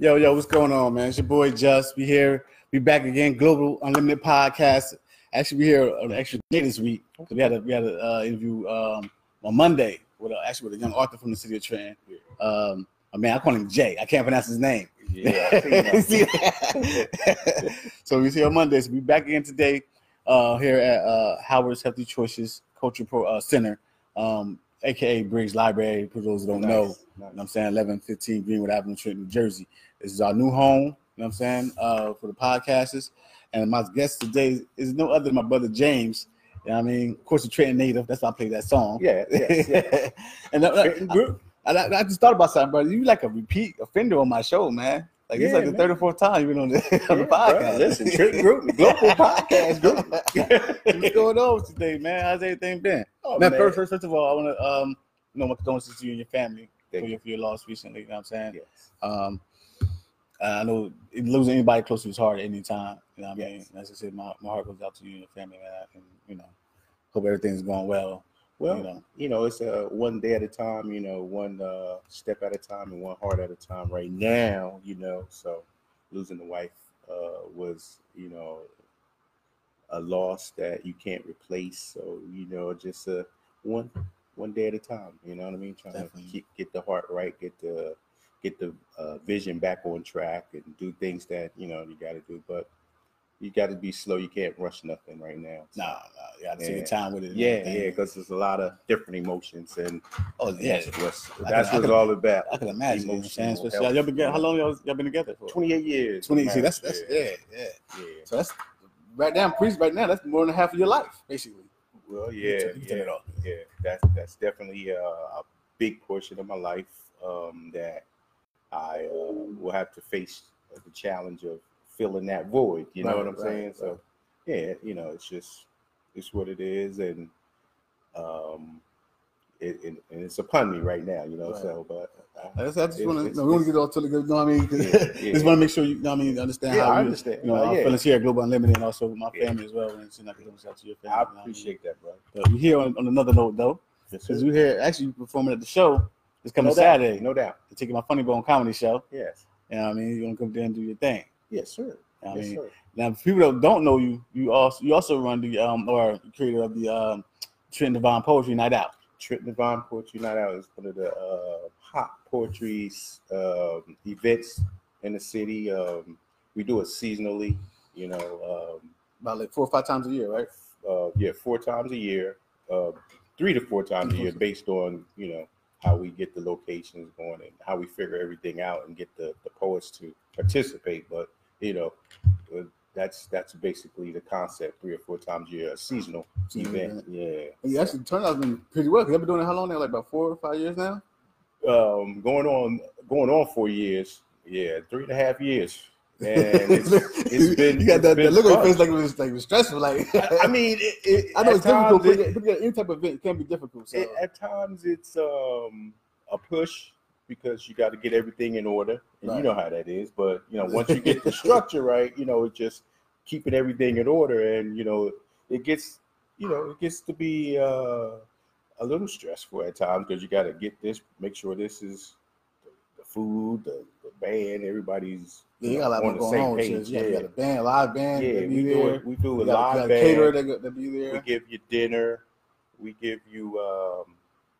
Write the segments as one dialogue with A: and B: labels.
A: Yo, yo, what's going on, man? It's your boy Just. We here. We back again. Global Unlimited Podcast. Actually, we here an extra day this week because we had a we had an uh, interview um, on Monday with a, actually with a young author from the city of Trenton. Um, I mean, I call him Jay. I can't pronounce his name.
B: Yeah, I seen that.
A: See that? so we see on Monday. So we back again today uh, here at uh, Howard's Healthy Choices Culture Pro, uh, Center, um, aka Briggs Library. For those who don't know, you know
B: Nice.
A: what I'm saying 1115 Greenwood Avenue, Trenton, New Jersey. This is our new home. You know what I'm saying uh, for the podcasters. And my guest today is no other than my brother James. You know what I mean, of course, a Trenton native. That's why I played that song.
B: Yeah, yes, yeah.
A: and I, I,
B: Trenton group.
A: I, I just thought about something, brother. You like a repeat offender on my show, man. Like it's
B: Yeah,
A: like the
B: man.
A: third or fourth time you've been on the, on the
B: Yeah, bro.
A: podcast.
B: Listen, Trenton group, global podcast
A: What's
B: group.
A: going on today, man? How's everything been?
B: Oh,
A: now,
B: man.
A: first, first, first of all, I want to um, you know my condolences to you and your family for
B: Thank
A: your, for your loss recently. You know what I'm saying?
B: Yes.
A: Um, I know it- losing anybody close to you is hard at any time. You know what I mean?
B: Yes.
A: As I said, my, my heart goes out to you and your family, man. And you know, hope everything's going well.
B: Well,
A: you
B: you know,
A: know,
B: it's uh, one day at a time. You know, one uh, step at a time and one heart at a time. Right now, you know, so losing the wife uh, was, you know, a loss that you can't replace. So you know, just uh, one one day at a time. You know what I mean? Trying
A: Definitely.
B: to keep, get the heart right, get the get the uh, vision back on track, and do things that you know you got to do. But you got to be slow. You can't rush nothing right now.
A: nah, nah you gotta take
B: Yeah.
A: your time with it. and
B: Yeah,
A: everything.
B: yeah, because there's a lot of different emotions, and
A: Oh yeah,
B: that's what's,
A: I
B: that's
A: can- I
B: what's
A: can-
B: all about.
A: I can imagine. You know what I'm saying?
B: Emotional
A: Especially- y'all been together- how
B: health.
A: long y'all, y'all been together for?
B: 28 years.
A: 20 see, that's that's yeah, yeah.
B: yeah.
A: So that's right now, priest. Right now, that's more than half of your life, basically.
B: Well, yeah,
A: turn- you turn
B: yeah,
A: it off.
B: yeah. That's that's definitely uh, a big portion of my life um, that I uh, will have to face the challenge of filling that void. You know
A: Right,
B: what I'm
A: right,
B: saying?
A: right.
B: So, yeah, you know, it's just it's what it is, and um, it, it and it's upon me right now. You know,
A: Right.
B: so but. I-
A: I just, I just
B: It's-
A: want to,
B: it's-
A: we want to get off to the good, you know what I mean? 'Cause
B: Yeah, yeah.
A: just want to make sure you, you know what I mean, you understand
B: Yeah,
A: how
B: I
A: you,
B: understand.
A: you know,
B: Uh,
A: our
B: yeah.
A: feelings here at Global Unlimited and also with my
B: Yeah.
A: family as well. And send our condolences out to your family. you
B: I
A: know what mean?
B: appreciate that, bro.
A: But we're here on, on another note, though, because we're here actually performing at the show this coming
B: no
A: Saturday.
B: doubt. No doubt.
A: They're taking my Funny Bone comedy show.
B: Yes.
A: You know what I mean? You're going to come there and do your thing.
B: Yes, sir.
A: You know what I
B: yes,
A: mean?
B: sir.
A: Now, for people that don't know you, you also you also run the um or creator of the um Trent Devon Poetry Night Out.
B: Trip Devon Poetry Night Out is one of the uh, hot poetry um, events in the city. Um, we do it seasonally, you know,
A: About like four or five times a year, right?
B: um, uh, yeah, four times a year, uh, three to four times a year, based on, you know, how we get the locations going and how we figure everything out and get the, the poets to participate. But, you know, uh, that's that's basically the concept three or four times a year, a seasonal event. Yeah.
A: Mm-hmm. And you actually turned out been pretty well because I've been doing it how long now? Like about four or five years now.
B: um, going on going on four years. Yeah, three and a half years. And it's, it's been
A: you got
B: it's
A: that,
B: been
A: that look on your
B: fun.
A: face like it was like it was stressful. Like
B: I mean, it, it,
A: I know
B: at
A: it's difficult.
B: times
A: But
B: it-
A: it, but any type of event can be difficult. So
B: it- at times it's um a push because you got to get everything in order, and
A: Right.
B: you know how that is. But you know, once you get the structure right, you know, it's just keeping everything in order, and you know, it gets you know it gets to be uh, a little stressful at times because you got to get this, make sure this is the food, the, the band, everybody's
A: yeah,
B: you
A: you got a
B: know,
A: lot of people
B: on
A: going
B: the same
A: on. with
B: page.
A: shit. You got, you
B: yeah,
A: got a band, live band.
B: yeah,
A: that be
B: we do
A: there.
B: it. We do
A: You
B: a
A: got a- you
B: live
A: got a
B: band.
A: caterer that, go- that be
B: We
A: there.
B: give you dinner. We give you um,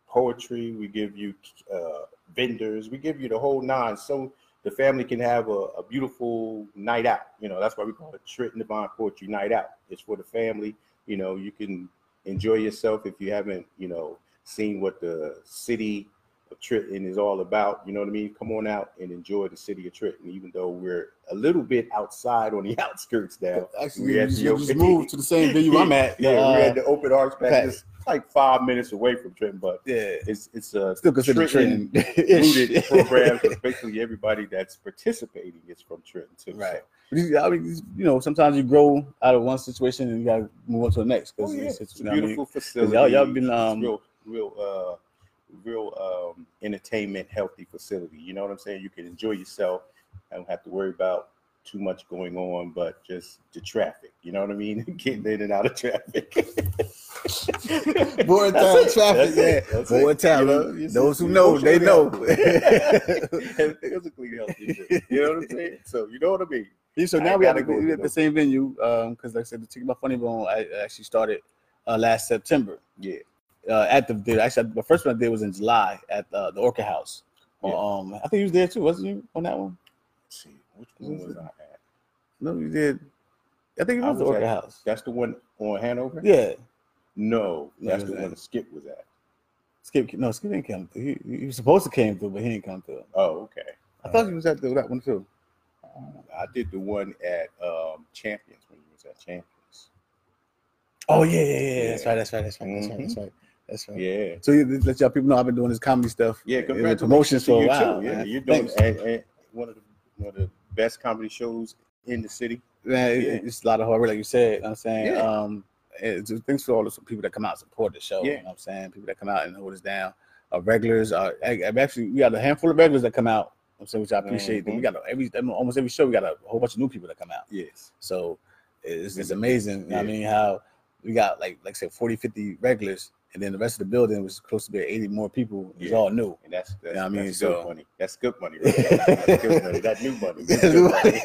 B: poetry. We give you uh, vendors. We give you the whole nine, so the family can have a, a beautiful night out. You know, that's why we call it Trenton Divine Poetry Night Out. It's for the family. You know, you can enjoy yourself if you haven't, you know, seen what the city of Trenton is all about. You know what I mean? Come on out and enjoy the city of Trenton, even though we're a little bit outside on the outskirts now.
A: Actually,
B: We
A: you
B: at
A: just,
B: the
A: you just
B: open-
A: moved to the same venue I'm at.
B: Yeah,
A: uh,
B: we're at the Open Arts
A: Pat-
B: Pack. It's like five minutes away from Trenton, but
A: yeah.
B: it's it's a
A: Still considered
B: Trenton
A: Trenton.
B: rooted
A: Ish.
B: program. So basically, everybody that's participating is from Trenton too. so-
A: Right. But you- I mean, you know, sometimes you grow out of one situation and you gotta move on to the next.
B: Oh,
A: because
B: yeah.
A: it's, it's,
B: It's, a
A: you know what I mean?
B: beautiful facility.
A: y'all- y'all been,
B: It's
A: um,
B: real, real. Uh, real um, entertainment healthy facility. You know what I'm saying? You can enjoy yourself. I don't have to worry about too much going on, but just the traffic. You know what I mean? Getting in and out of traffic.
A: More
B: That's
A: time
B: it.
A: traffic,
B: That's
A: yeah.
B: it. That's
A: More
B: it.
A: time.
B: You know, you
A: Those
B: see-
A: who know, they know.
B: Physically healthy. too. You know what I'm saying? So you know what I mean.
A: Yeah, so
B: I
A: now we
B: gotta
A: have
B: go
A: we
B: to
A: at the
B: those.
A: same venue because, like I said, the Ticket My Funny Bone I I actually started uh, last September.
B: Yeah.
A: Uh, at the, the actually the first one I did was in July at uh, the Orchid House.
B: Yeah.
A: Um, I think you was there too, wasn't you on that one?
B: Let's see, which one was I at?
A: No, you did. I think it
B: I
A: was the
B: was
A: Orchid
B: at-
A: House.
B: That's the one on Hanover.
A: Yeah,
B: No,
A: No,
B: that's
A: it
B: the
A: was
B: one
A: at-
B: Skip was at.
A: Skip. No, Skip didn't come through. He, he was supposed to came through, but he didn't come through.
B: Oh, okay.
A: I thought he was at the, that one too.
B: I did the one at um, Champions when you was at Champions.
A: Oh yeah, yeah, yeah. That's
B: Yeah.
A: right. That's right. That's right. That's right. That's right. That's right.
B: Yeah.
A: So you, let y'all people know I've been doing this comedy stuff.
B: Yeah,
A: and
B: congratulations
A: promotions
B: to
A: for Oh. a
B: you
A: while.
B: too. Yeah,
A: man.
B: you're doing
A: Thanks.
B: and, and one of the one of the best comedy shows in the city.
A: man, it-
B: Yeah.
A: it's a lot of hard work, like you said. You know what I'm saying,
B: Yeah.
A: um, it's, it's- thanks for all the people that come out and support the show. You
B: Yeah.
A: know what I'm saying, people that come out and hold us down. Our regulars are I- I've actually we got a handful of regulars that come out. you know what I'm saying, which I appreciate. Then We
B: Mm-hmm.
A: got a, every almost every show we got a whole bunch of new people that come out.
B: Yes.
A: So it's, it's amazing. you know what I
B: Mm-hmm. Yeah.
A: mean, how we got like like I said 40, 50 regulars, and then the rest of the building was close to be 80 more people. It's
B: Yeah.
A: all new.
B: And that's that's,
A: Yeah, I mean,
B: that's
A: so-
B: good money. That's good money. Right there. That's good money. That new money. That's good money.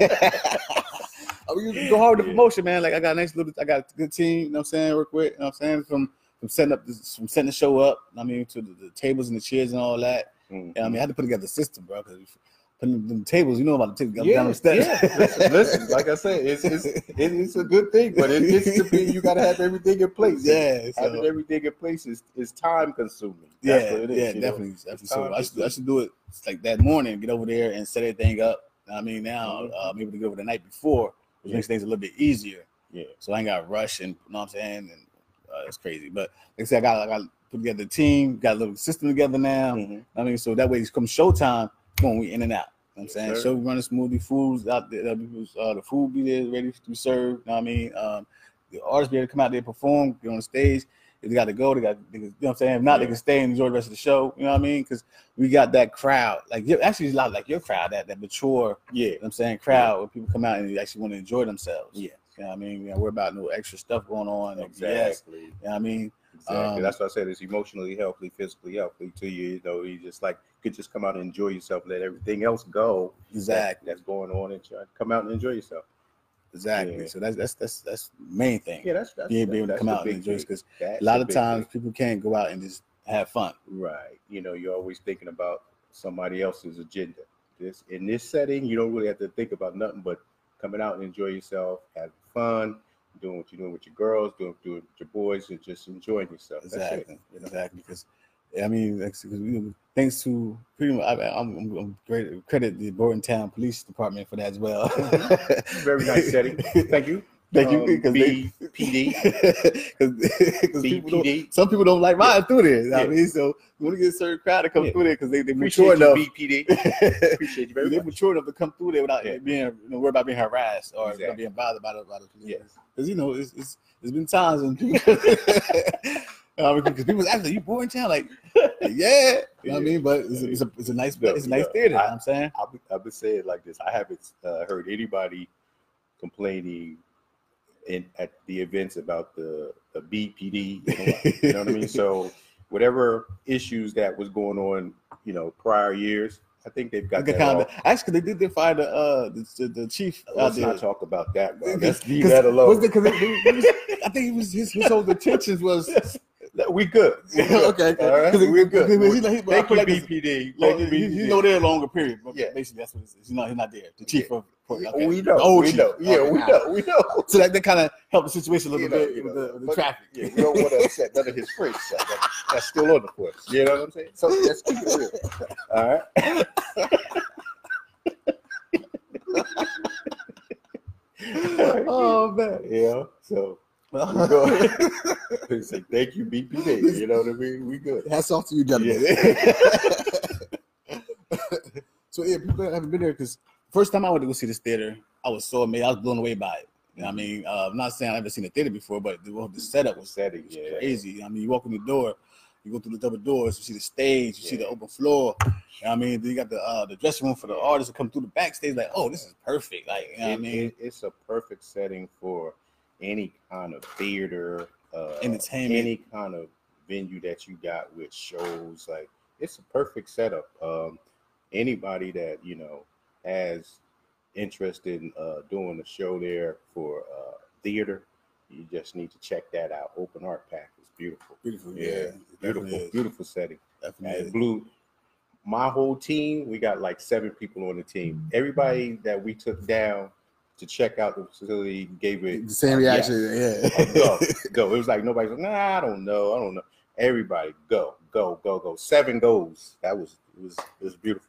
A: I mean, you go hard with the
B: Yeah.
A: promotion, man. Like I got a nice little, I got a good team. You know what I'm saying? Work with. You know what I'm saying? From from setting up, this, from setting the show up. I mean, to the, the tables and the chairs and all that.
B: Mhm.
A: And I mean, I had to put together the system, bro. Because putting them tables, you know about the tables down
B: Yeah,
A: the steps.
B: yeah. Listen, listen, like I said, it's it's it, it's a good thing, but it gets to be you got to have everything in place.
A: yeah, so-
B: having everything in place is, is time consuming. That's
A: yeah,
B: what it is.
A: yeah,
B: you know?
A: definitely. Um, definitely. So
B: time
A: I
B: to
A: should,
B: do
A: I
B: it.
A: should do it like that morning. Get over there and set everything up. I mean, now
B: Mhm.
A: uh, I'm able to get over the night before, which
B: Yeah.
A: makes things a little bit easier.
B: Yeah.
A: So I ain't got to rush and you know what I'm saying? And uh, it's crazy. But like I said, I got I got to put together a team, got a little system together now.
B: Mhm.
A: I mean, so that way it's come showtime, boom, we in and out. You know what I'm
B: Yes,
A: saying?
B: sir.
A: Show running smoothly, food's out there, uh, people's, uh, the food be there ready to be served. You know what I mean? Um, the artists be able to come out there, perform, get on the stage. If they got to go, they got, they can, you know what I'm saying? If not, they
B: Yeah.
A: can stay and enjoy the rest of the show. You know what I mean? Because we got that crowd. Like, you actually, it's a lot like your crowd, that, that mature,
B: Yeah.
A: you know what I'm saying, crowd where people come out and they actually want to enjoy themselves.
B: Yeah.
A: You know what I mean? We don't worry about no extra stuff going on. Exactly. Yes.
B: Exactly.
A: You know what I mean?
B: Exactly.
A: Um,
B: That's why I said it's emotionally healthy, physically healthy to you. You know, you just like could just come out and enjoy yourself, let everything else go that-
A: Exactly.
B: that's going on, and try, come out and enjoy yourself.
A: Exactly.
B: Yeah.
A: So that's that's that's that's the main thing.
B: Yeah, that's that's
A: being, being able to
B: that's
A: come
B: the
A: out and
B: big
A: enjoy
B: thing.
A: because
B: That's
A: a lot
B: the
A: of
B: big
A: times people can't go out and just have fun.
B: thing. right? You know, you're always thinking about somebody else's agenda. This in this setting, you don't really have to think about nothing but coming out and enjoy yourself, having fun, doing what you're doing with your girls, doing doing with your boys, and just enjoying yourself. That's it.
A: Exactly. Exactly. Because I mean, like, 'cause we- thanks to pretty much, I, I'm, I'm, I'm great, credit the Bordentown Police Department for that as well.
B: Mm-hmm. Very nice setting. Thank you.
A: Thank you.
B: Um, E
A: Because they.
B: BPD.
A: Because people don't,
B: BPD.
A: some people don't like riding through there. you know what I
B: E Yeah.
A: mean, so you want to get a certain crowd to come
B: Yeah.
A: through there because they they
B: Appreciate
A: mature enough.
B: you, E BPD. Appreciate you very
A: they're
B: much.
A: mature enough to come through there without
B: Yeah.
A: being you know, worried about being harassed or
B: Exactly.
A: being bothered by the by the police.
B: Yes.
A: Because you know, it's, it's it's been times when people, I mean, 'cause people was asking, "You born in town?" Like, yeah, you know what I mean. But it's, a- it's a it's a nice it's a nice
B: Yeah.
A: theater. you know what I'm saying,
B: I've been, I've been saying it like this. I haven't uh, heard anybody complaining in, at the events about the, the BPD. in a while. You know what I mean? So whatever issues that was going on, you know, prior years, I think they've got
A: Good
B: that
A: kind
B: all.
A: of- actually, they did they fire the uh the, the, the chief out
B: Let's
A: there.
B: not talk about that. Bro. Let's
A: 'Cause-
B: leave
A: 'cause-
B: that
A: was
B: alone.
A: the- 'cause it- it was- I think it was his, his whole intentions was
B: we good. We good.
A: okay, okay.
B: All right?
A: 'Cause it-
B: We're good.
A: he- he- he- I
B: Thank
A: feel
B: you,
A: like it's-
B: BPD.
A: Long,
B: Thank you,
A: he's,
B: BPD.
A: he's no there longer period. but
B: Yeah.
A: Basically, that's what it is. He's not, he's not there. The chief of. for- okay.
B: We
A: The
B: know.
A: old
B: We
A: chief.
B: know. Yeah,
A: Okay,
B: we
A: all right.
B: know. We know.
A: So that, that kind of helped the situation a little
B: You know,
A: bit
B: you
A: with
B: know.
A: the, with the
B: But-
A: traffic.
B: Yeah, we don't want to upset none of his friends. so that- that's still on the force. You know what I'm saying? So let's keep it real. All right.
A: oh man.
B: Yeah. So we
A: Well,
B: go. it's like, thank you, BPD. You know what I mean? We good.
A: Hats off to you, gentlemen. so yeah, people that haven't been there because first time I went to go see this theater, I was so amazed. I was blown away by it. You know what I mean, uh, I'm not saying I've never seen a theater before, but the, the setup was
B: Setting.
A: It's
B: Yeah.
A: crazy. I mean, you walk in the door, You go through the double doors, you see the stage, you see the open floor. You know what I mean, then you got the uh, the dressing room for the artists to come through the backstage. Like, oh, this is perfect. Like, you know what I
B: It-
A: mean,
B: it- it's a perfect setting for any kind of theater, uh,
A: entertainment.
B: any kind of venue that you got with shows. Like it's a perfect setup. Um, anybody that you know has interest in uh, doing a show there for uh, theater, you just need to check that out. Open Art Pack is beautiful.
A: beautiful,
B: Yeah,
A: yeah, it definitely
B: Beautiful,
A: is.
B: beautiful setting.
A: Definitely
B: And
A: is.
B: Blue, my whole team, we got like seven people on the team. Everybody that we took down to check out the facility gave it
A: The same
B: Yes.
A: reaction, Oh,
B: a
A: yeah.
B: go, go. It was like nobody's like, nah, I don't know, I don't know. Everybody, go, go, go, go. Seven goals. That was it was it was beautiful.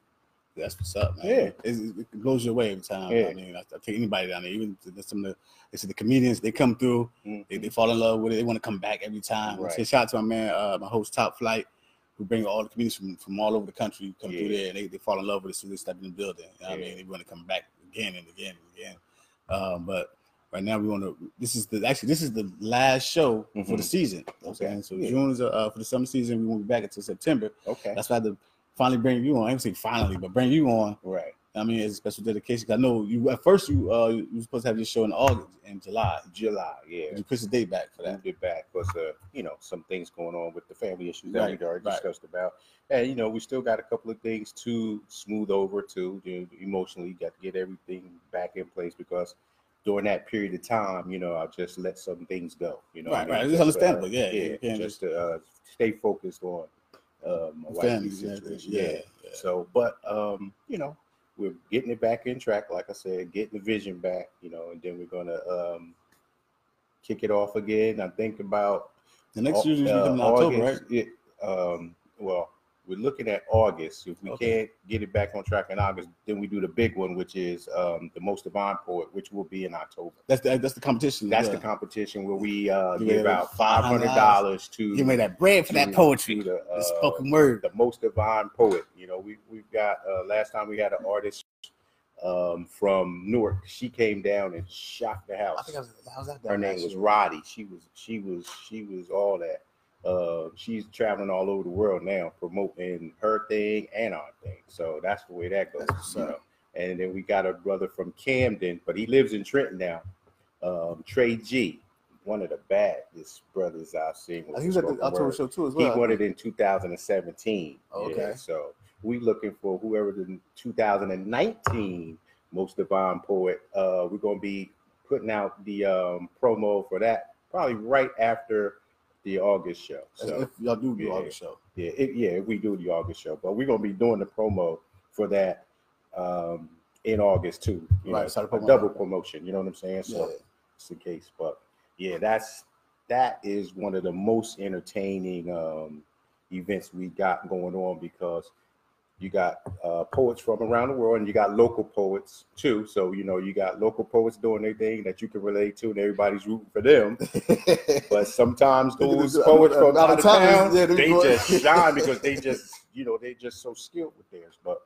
A: That's what's up, man.
B: Yeah.
A: It, it, it blows you away every time.
B: Yeah.
A: I mean, I, I take anybody down there, even to- some of the, they see the comedians, they come through, they, they fall in love with it, they want to come back every time.
B: Right.
A: So shout out to my man, uh, my host Top Flight, who bring all the comedians from, from all over the country come through
B: Yeah.
A: there, and they, they fall in love with it as soon as they step in the building. You know what I
B: Yeah.
A: mean, they want to come back again and again and again. Um, but right now we want to. This is the actually this is the last show for the
B: Mhm.
A: season. You know what I'm
B: Okay.
A: saying? So
B: Yeah.
A: June is uh, for the summer season. We won't be back until September.
B: Okay.
A: That's why the finally bring you on. I didn't say finally, but bring you on.
B: right.
A: I mean, it's a special dedication. 'Cause I know you at first you uh you were supposed to have your show in August and July.
B: July, yeah.
A: But you pushed the date back for that.
B: moved it back because uh, you know some things going on with the family issues that
A: Right,
B: we already
A: right.
B: discussed about, and you know we still got a couple of things to smooth over to you know, emotionally. Got to get everything back in place because during that period of time, you know, I just let some things go. You know, what I
A: Right,
B: mean?
A: right. It's
B: Just, uh,
A: understandable, yeah, you
B: yeah,
A: can't
B: just to uh, stay focused on uh, my
A: Family,
B: wife's
A: yeah,
B: situation.
A: yeah,
B: yeah. So, but um, you know, we're getting it back in track, like I said, getting the vision back, you know, and then we're gonna um kick it off again. I think about
A: The next
B: au-
A: season usually
B: uh,
A: coming in October, right?
B: August, yeah, um, well, we're looking at August. If we
A: Okay.
B: can't get it back on track in August, then we do the big one, which is um the most divine poet, which will be in October.
A: That's the that's the competition.
B: That's
A: yeah.
B: the competition where we uh
A: Give
B: give
A: it
B: out five
A: $500
B: hundred dollars to
A: Give me that bread for that
B: to-
A: poetry,
B: to
A: the,
B: the, uh,
A: spoken word.
B: the most divine poet. You know, we we've got uh, last time we had an artist um, from Newark. She came down and shocked the house.
A: I think I was, I was out there.
B: Her name was Roddy. She was she was she was all that. Uh, she's traveling all over the world now, promoting her thing and our thing. So that's the way that goes.
A: That's what's
B: you
A: up.
B: know. And then we got a brother from Camden, but he lives in Trenton now. Um, Trey G, one of the baddest brothers I've seen. with
A: He was at the
B: spoken
A: October
B: word.
A: show too as
B: He
A: well.
B: won it in 2017.
A: Oh,
B: Yeah,
A: okay.
B: so we looking for whoever the 2019 most divine poet. Uh, we're gonna be putting out the um, promo for that probably right after the August show.
A: That's
B: So
A: if y'all do do
B: Yeah.
A: August show.
B: yeah, it, yeah, we do the August show, but we're gonna be doing the promo for that um, in August too. You
A: Right,
B: know,
A: so the
B: a
A: promo-
B: double promotion. You know what I'm saying? So
A: Yeah.
B: it's the case. But yeah, that's that is one of the most entertaining um, events we got going on because you got uh, poets from around the world and you got local poets too. So you know you got local poets doing their thing that you can relate to, and everybody's rooting for them. But sometimes
A: Look at
B: those
A: this, uh,
B: poets
A: uh,
B: from
A: out
B: out
A: of
B: of
A: town,
B: town,
A: yeah, them
B: they
A: boys.
B: just shine because they just, you know, they just so skilled with theirs. But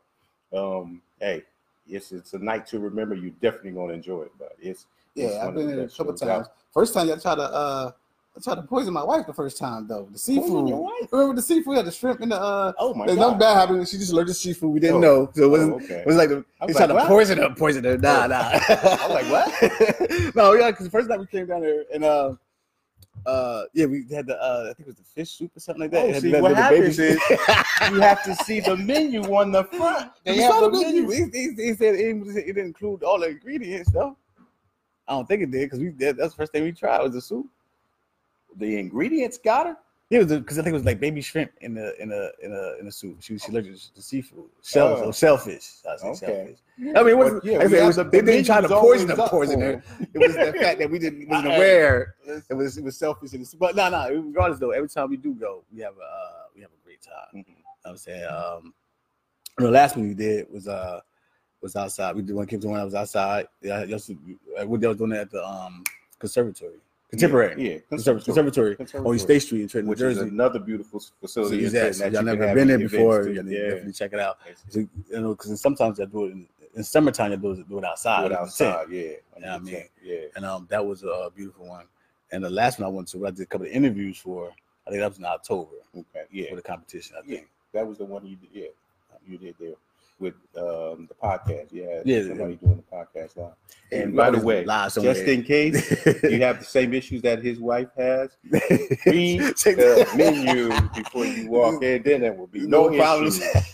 B: um, hey, it's it's a night to remember. You definitely gonna enjoy it. But it's it's
A: Yeah,
B: one
A: I've
B: of
A: been
B: the
A: there a
B: best
A: couple
B: shows
A: times.
B: out.
A: First time y'all tried to uh I tried to poison my wife the first time though. The
B: Poison
A: seafood.
B: your wife?
A: Remember the seafood had the shrimp and the uh
B: Oh my
A: and nothing
B: god!
A: bad happened. She just allergic to seafood. We didn't
B: Oh.
A: know. So it
B: Oh,
A: wasn't
B: okay.
A: it was like the, they
B: I was
A: tried
B: like,
A: to
B: what?
A: poison her, poison her. Nah,
B: Oh.
A: nah.
B: was like, what?
A: no, yeah, because the first night we came down there and uh uh yeah, we had the uh I think it was the fish soup or something like that.
B: Oh,
A: It had
B: see,
A: nothing
B: what
A: but the baby
B: happens
A: soup.
B: is you have to see the menu on the front. They
A: It's not
B: have the
A: a menu.
B: menu.
A: They- they- they said it, was- it didn't include all the ingredients though. I don't think it did because we that, that's the first thing we tried was the soup.
B: The ingredients got her.
A: Yeah, because I think it was like baby shrimp in the in a in a in a soup. She she allergic to seafood, shellfish,
B: Oh.
A: or shellfish. I say
B: Okay.
A: shellfish. I mean, it wasn't,
B: But, yeah,
A: like I
B: we
A: said, it
B: have
A: was,
B: the-
A: they
B: the
A: didn't try to
B: menu's
A: poison
B: always
A: the
B: up
A: poison
B: for
A: her.
B: 'em.
A: It was the fact that we didn't wasn't
B: Hey.
A: aware.
B: Listen.
A: It was it was selfish. And it's, but no, no. Regardless though, every time we do go, we have a uh, we have a great time.
B: Mhm.
A: I'm saying. Um, the last one we did was uh was outside. We did one came to one that was outside. Yeah, y'all should- uh, we y'all was doing that at the um conservatory, contemporary,
B: Yeah, yeah,
A: Conserv- conservatory, on
B: Conservatory.
A: Oh, State Street in Trenton,
B: which
A: Jersey.
B: is another beautiful facility. in
A: Exactly.
B: Trenton that
A: y'all
B: you can
A: never
B: have
A: been there
B: events
A: before.
B: to.
A: Y'all need to
B: Yeah.
A: definitely check it out.
B: It's
A: So, you know, because sometimes y'all do it in, in summertime. Y'all do it, do it outside.
B: do it
A: under the tent.
B: outside, yeah.
A: You know what I mean?
B: Yeah.
A: And um, that was a beautiful one. And the last one I went to, I did a couple of interviews for. I think that was in October
B: Okay, yeah,
A: for the competition. I
B: yeah,
A: think.
B: that was the one you did. Yeah, you did there with um, the podcast. Yeah,
A: Yeah,
B: somebody doing the podcast live. And by the way,
A: live somewhere.
B: Just in case you have the same issues that his wife has, read
A: Check
B: the
A: that.
B: menu before you walk in. Then there will be no,
A: no problems.
B: issues.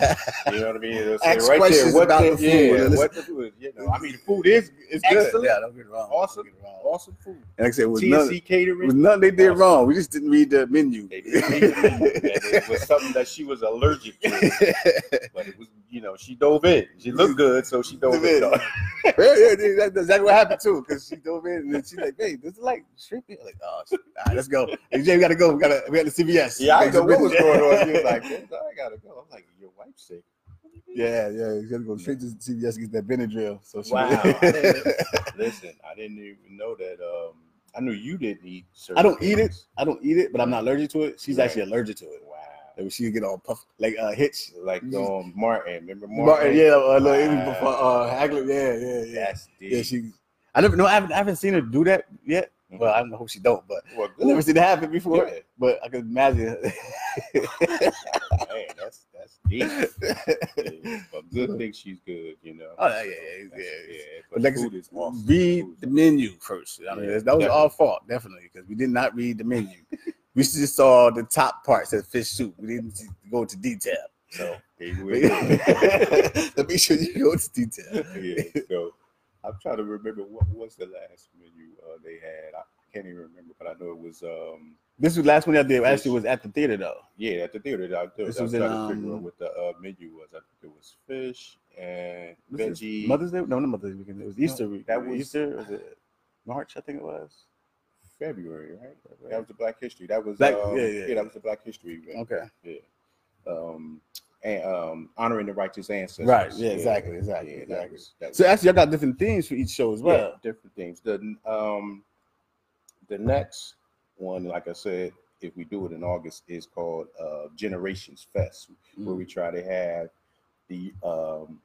B: You know what I mean? It'll say
A: Ask questions about the food.
B: Yeah,
A: Listen.
B: what the food? You know, I mean, the food is is good.
A: Yeah, don't get it wrong.
B: Awesome.
A: Don't get it wrong.
B: Awesome food.
A: And like I said, it was
B: TNC
A: nothing, it
B: catering.
A: was nothing they did
B: Awesome.
A: wrong. We just didn't read the menu.
B: They didn't make it, and it was something that she was allergic to. But it was, you know, she dove in. She looked good, so she dove
A: Dove in.
B: in.
A: yeah, yeah, yeah, that's exactly what happened too. Because she dove in and then she's like, "Hey, this is like shrimp." meat." I'm Like, oh, shit. all right, let's go. Hey, Jay, we gotta go. We gotta, we gotta CVS.
B: Yeah, I didn't know what was going on. She was like, I gotta go. I'm like, your wife's sick.
A: "Yeah, yeah, you gotta go straight to CVS and get that Benadryl." So she,
B: Wow. I didn't- Listen, I didn't even know that. Um, I knew you didn't eat. Certain
A: I don't eat it.
B: things.
A: I don't eat it, but I'm not allergic to it. She's
B: Right.
A: actually allergic to it.
B: Wow.
A: Like she get all puff, like uh, hitch.
B: Like um, Martin. Remember Martin?
A: Mm-hmm. Martin, yeah, uh, look, it was
B: Wow.
A: before uh, Hagler. Yeah, yeah, yeah.
B: That's deep.
A: Yeah, she. I never know. I haven't, I haven't seen her do that yet.
B: Mhm.
A: Well, I don't know who she don't, but
B: well,
A: I never
B: good.
A: seen it happen before.
B: Yeah.
A: But I could imagine.
B: Man, that's that's deep. Yeah, But good thing she's good, you know.
A: Oh, yeah, yeah, yeah,
B: That's-
A: yeah.
B: But
A: Like I
B: food is awesome.
A: read
B: Food
A: the
B: is
A: menu first. I mean,
B: Yeah,
A: that was our fault, definitely, because we did not read the menu. we just saw the top parts of fish soup. We didn't go into detail. So,
B: awesome. They really good.
A: but make sure you go into detail.
B: yeah, so I'm trying to remember what was the last menu uh, they had. I can't even remember, but I know it was um
A: This was the last one I did. Actually, was at the theater though.
B: yeah at the theater. that I, did.
A: This
B: I was
A: was
B: trying
A: in,
B: to figure out
A: um,
B: what the uh, menu was. I think it was fish and
A: Was it
B: veggie.
A: Mother's Day? No, not Mother's Day weekend. It was Easter week.
B: that was-
A: Easter. Was it March? I think it was.
B: February, right? That was the Black History. That was
A: Black-
B: um,
A: yeah,
B: yeah,
A: yeah, yeah.
B: that was the Black History event.
A: Okay.
B: um, and, um, honoring the righteous ancestors.
A: Right, yeah, exactly, exactly,
B: that
A: exactly.
B: was- that
A: So
B: was-
A: actually, I got different themes for each show as
B: yeah,
A: well.
B: different things. The um, the next one, like I said, if we do it in August, is called uh, Generations Fest, where
A: Mm.
B: we try to have the um,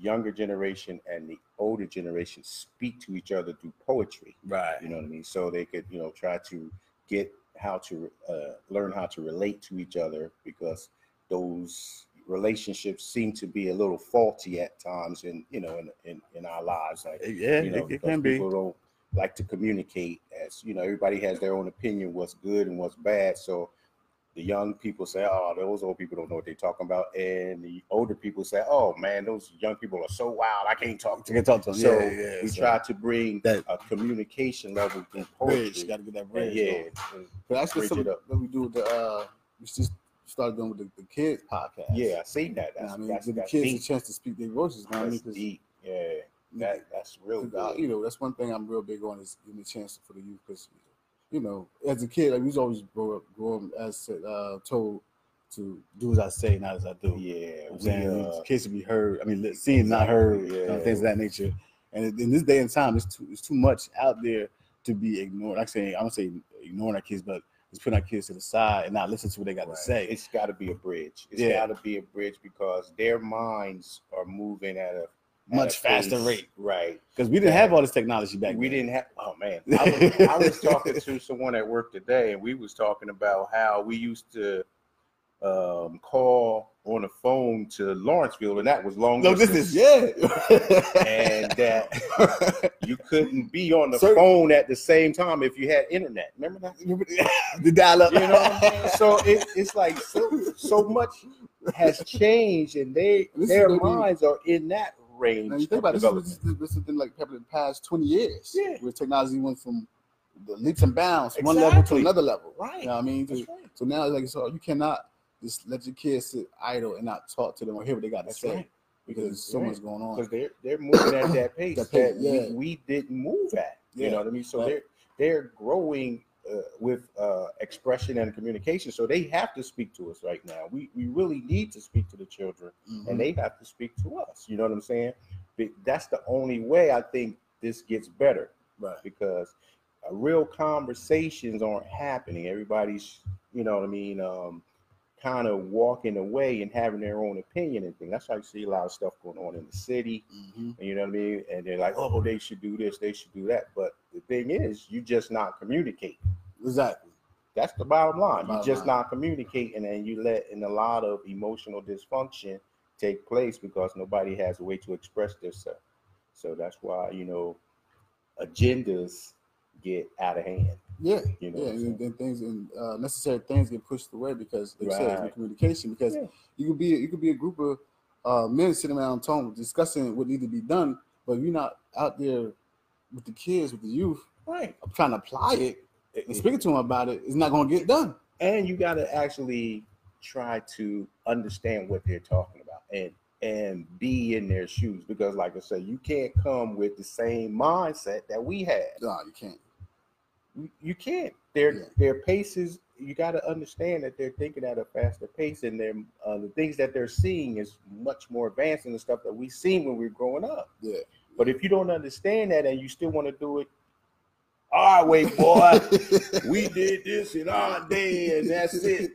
B: younger generation and the older generation speak to each other through poetry.
A: Right.
B: You know what I mean? So they could, you know, try to get how to uh, learn how to relate to each other because those relationships seem to be a little faulty at times in, you know, in, in, in our lives. Like,
A: Yeah,
B: you know,
A: it, it
B: because
A: can be.
B: people don't like to communicate as, you know, everybody has their own opinion what's good and what's bad. So the young people say, oh, those old people don't know what they're talking about. And the older people say, oh, man, those young people are so wild. I can't talk to
A: You
B: them.
A: can talk to them.
B: So
A: yeah, yeah,
B: we
A: so
B: try to bring
A: That-
B: a communication level through poetry.
A: bridge. Got to get that
B: And
A: bridge.
B: yeah,
A: going.
B: and-
A: But that's
B: Bridge
A: just something
B: it up.
A: that we do with the uh we just started doing with the, the kids podcast.
B: yeah, I seen that.
A: You know what
B: That's
A: I mean,
B: that's,
A: give the
B: that's
A: kids
B: deep.
A: a chance to speak their voices, man. I mean,
B: That's
A: 'cause-
B: deep. Yeah, that that's real
A: 'cause, uh,
B: good.
A: you know, that's one thing I'm real big on is giving a chance for the youth because you know, as a kid, like we was always grow up, grow up as uh, told to do as I say, not as I do.
B: yeah,
A: You know what
B: we,
A: I'm saying
B: uh,
A: kids to be heard. I mean, li- seen not heard, you know,
B: Yeah.
A: things of that nature. And in this day and time, it's too it's too much out there to be ignored. Like I say, I don't say ignoring our kids, but just putting our kids to the side and not listen to what they got
B: right.
A: to say.
B: it's got to be a bridge. It's
A: Yeah.
B: got to be a bridge because their minds are moving at a at
A: Much
B: a
A: faster
B: pace.
A: rate.
B: Right.
A: because we didn't have all this technology back
B: we
A: then.
B: didn't have. Oh man, I was, I was talking to someone at work today, and we was talking about how we used to um, call on the phone to Lawrenceville, and that was long
A: No
B: distance.
A: business, yeah.
B: and that you couldn't be on the
A: Certain-
B: phone at the same time if you had internet. Remember that?
A: the dial up.
B: You know what I'm saying? So it, it's like so, so much has changed, and they
A: This is
B: their
A: gonna be-
B: minds are in that
A: Now,
B: range.
A: you think about it,
B: of
A: this,
B: development.
A: is- this, is- this has been like happening the past 20 years.
B: Yeah.
A: Where technology went from the leaps and bounds, from one level to
B: Exactly.
A: another level.
B: Right.
A: You know what I mean?
B: That's right.
A: So now, like, so you cannot just let your kids sit idle and not talk to them or hear what they got to
B: That's
A: say
B: right.
A: because there's so
B: Right.
A: much going on.
B: because they're they're moving at that pace
A: That pace,
B: that,
A: yeah.
B: we, we didn't move at.
A: Yeah.
B: You know what I mean? So
A: Right.
B: they're they're growing uh, with uh, expression and communication. So they have to speak to us right now. We we really need to speak to the children,
A: Mm-hmm.
B: and they have to speak to us. You know what I'm saying? Be- That's the only way I think this gets better
A: right.
B: because uh, real conversations aren't happening. Everybody's, you know what I mean, um, kind of walking away and having their own opinion and things. That's why you see a lot of stuff going on in the city.
A: Mhm.
B: You know what I mean? And they're like, oh, well, they should do this, they should do that. But the thing is, you just not communicate.
A: Exactly.
B: That's the bottom line. You're
A: Bottom
B: just
A: line.
B: not communicating, and you let in a lot of emotional dysfunction take place because nobody has a way to express themselves. So that's why you know agendas get out of hand.
A: Yeah,
B: You know
A: yeah,
B: what I'm
A: and, and things and uh, necessary things get pushed away because like you said, it's no
B: Right.
A: communication. Because
B: Yeah.
A: you could be you could be a group of uh, men sitting around talking, discussing what need to be done, but if you're not out there with the kids, with the youth,
B: Right.
A: trying to apply it
B: Eh,
A: and speaking to them about it, it's not going to get done.
B: and you got to actually try to understand what they're talking about and and be in their shoes because like i said you can't come with the same mindset that we had
A: No, you can't.
B: You- you can't their
A: Yeah.
B: their paces you got to understand that they're thinking at a faster pace and their uh, the things that they're seeing is much more advanced than the stuff that we seen when we were growing up
A: Yeah.
B: but if you don't understand that and you still want to do it our way boy we did this in our day and that's it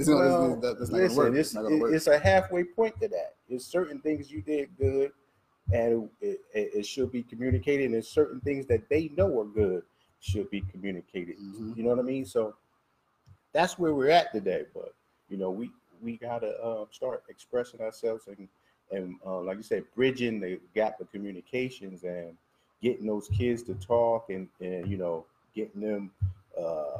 A: It's not,
B: well,
A: it's, it's, that's not going to
B: listen,
A: work.
B: it's,
A: It's not going to work.
B: it's a halfway point to that. It's certain things you did good, and it, it, it should be communicated, and certain things that they know are good should be communicated.
A: Mhm.
B: You know what I mean? So that's where we're at today. But you know, we we gotta uh, start expressing ourselves and and uh, like you said, bridging the gap of communications and getting those kids to talk and and you know getting them uh,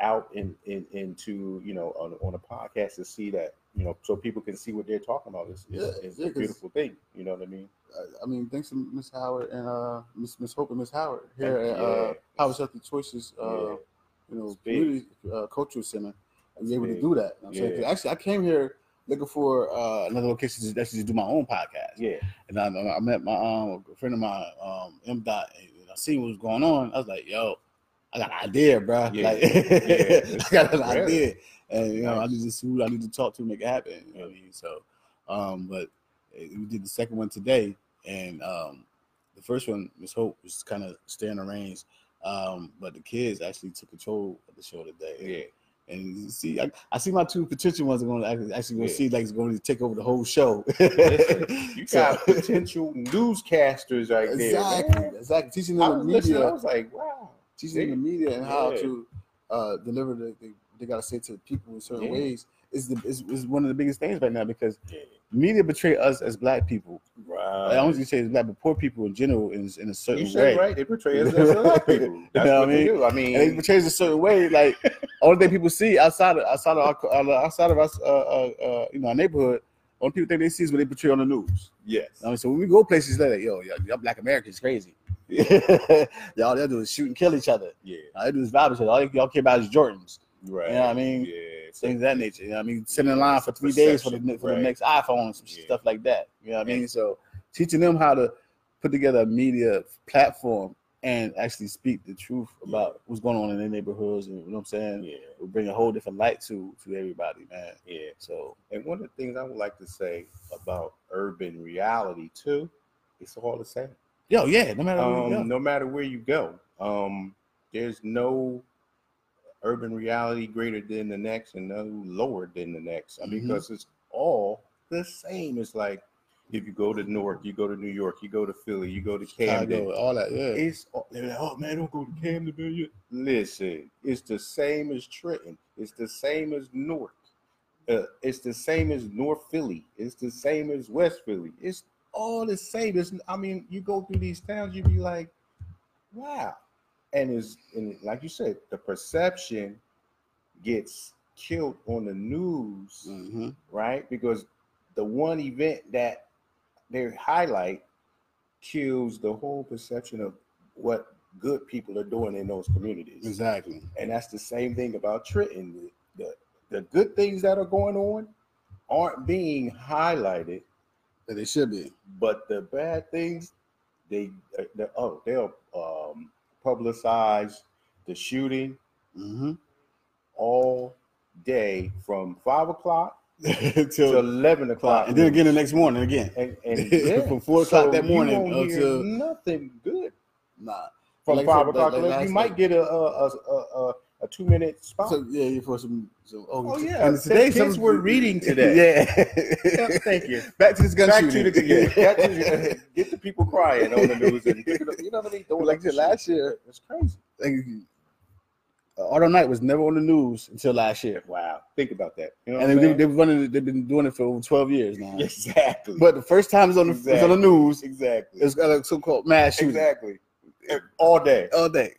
B: out in, in into you know on, on a podcast to see that you know so people can see what they're talking about is is,
A: Yeah,
B: is
A: yeah,
B: a
A: 'cause-
B: beautiful thing. You know what I mean?
A: I- I mean, thanks to Miss Howard and uh, Miss Miss Hope and Miss Howard here
B: Thank
A: at
B: you.
A: uh,
B: Yeah.
A: Power Healthy Choices, uh,
B: Yeah.
A: you know,
B: It's big.
A: community uh, cultural center. I was able to
B: big.
A: do that. You know what I'm saying? 'Cause
B: Yeah.
A: Actually, I came here looking for uh, another location to actually do my own podcast,
B: Yeah,
A: and I, I met my um, a friend of mine, um, M Dot, and I seen what was going on. I was like, yo. I got an idea, bro.
B: Yeah.
A: Like,
B: Yeah.
A: I got an
B: Yeah.
A: idea, and you know, I
B: Nice.
A: need to see who I need to talk to to make it happen. You know what I mean? So, um, but eh, we did the second one today, and um, the first one, Miss Hope, was kind of staying the reins, um, but the kids actually took control of the show today.
B: yeah,
A: And you see, I, I see my two potential ones are going to actually, actually going to
B: Yeah.
A: see like it's going to take over the whole show.
B: Listen, you
A: So-
B: got potential newscasters right there. man.
A: exactly, exactly. Teaching
B: I
A: them the
B: was listening. I
A: media,
B: was like, wow.
A: teaching them the media and how
B: Yeah.
A: to uh, deliver the, the they got to say to the people in certain
B: Yeah.
A: ways is the is, is one of the biggest things right now because
B: Yeah.
A: media betray us as black people. I
B: Right.
A: don't just say it's black, but poor people in general in, in a certain
B: You
A: way.
B: said right. They portray us as black people. That's
A: know what
B: what
A: I
B: they
A: mean?
B: do. I
A: and they
B: mean,
A: portrays a certain way. Like only thing people see outside of outside of our, outside of us, uh, uh, uh, you know, our neighborhood, only people think they see is what they portray on the news.
B: yes.
A: I mean, so when we go places like that, yo, y'all, y'all black Americans crazy. y'all they do is shoot and kill each other.
B: Yeah.
A: All they do is vibe each other. All y- y'all care about is Jordans,
B: Right.
A: You know what I mean?
B: Yeah. So,
A: things of that nature. You know what I mean, sitting in
B: Yeah,
A: line
B: it's
A: for
B: a
A: three days for the
B: perception,
A: ne- for the
B: right.
A: next iPhone, some
B: Yeah.
A: stuff like that. You know what I
B: Yeah.
A: mean? So teaching them how to put together a media platform and actually speak the truth about what's going on in their neighborhoods and you know what I'm saying
B: yeah.
A: will bring a whole different light to to everybody, man.
B: Yeah.
A: So
B: And one of the things I would like to say about urban reality too, it's all the same.
A: yo, yeah, no matter where you
B: um, no matter where you go. Um, there's no urban reality greater than the next and no lower than the next. I mean,
A: Mhm.
B: because it's all the same. It's like if you go to Newark, you go to New York, you go to Philly, you go to
A: go,
B: Camden.
A: Chicago, all that, yeah.
B: It's all, they're like, oh man, don't go to Camden, man. You-" Listen, it's the same as Trenton. It's the same as Newark. Uh, it's the same as North Philly. It's the same as West Philly. It's all the same. It's, I mean, you go through these towns, you be like, wow. And is and like you said, the perception gets killed on the news
A: hmm
B: right? Because the one event that they highlight kills the whole perception of what good people are doing in those communities.
A: Exactly.
B: And that's the same thing about Trenton. The, the, the good things that are going on aren't being highlighted,
A: That they should be.
B: but the bad things, they, uh, they oh, they'll um, publicize the shooting
A: Mm-hmm.
B: all day from five o'clock
A: Till
B: to 11 o'clock.
A: and then again the next morning again.
B: and, and yeah.
A: From four o'clock
B: So
A: that
B: you
A: morning
B: won't hear
A: until-
B: nothing good
A: Nah.
B: from
A: Like I
B: five
A: said, like-
B: o'clock.
A: like
B: to eleven. you
A: last
B: might
A: night.
B: get a a a, a, a two minute spot.
A: So yeah, you for some. So,
B: Oh, yeah,
A: and
B: the kids
A: something-
B: were reading today.
A: yeah.
B: Yeah, Thank you.
A: Back to this gun
B: Back to
A: shooting.
B: the yeah, back to
A: uh,
B: the- get the people crying on the news and you know what I mean. Don't
A: Like I
B: let the
A: said, last year-
B: it's crazy.
A: like uh, Auto Night was never on the news until last year.
B: Wow, think about that. You know
A: And
B: what
A: they,
B: I'm saying?
A: they've running. They've been doing it for over twelve years now.
B: exactly.
A: But the first time it's on the it's on the
B: Exactly.
A: news,
B: exactly,
A: it's got a so-called mass shooting
B: exactly, all day.
A: all day.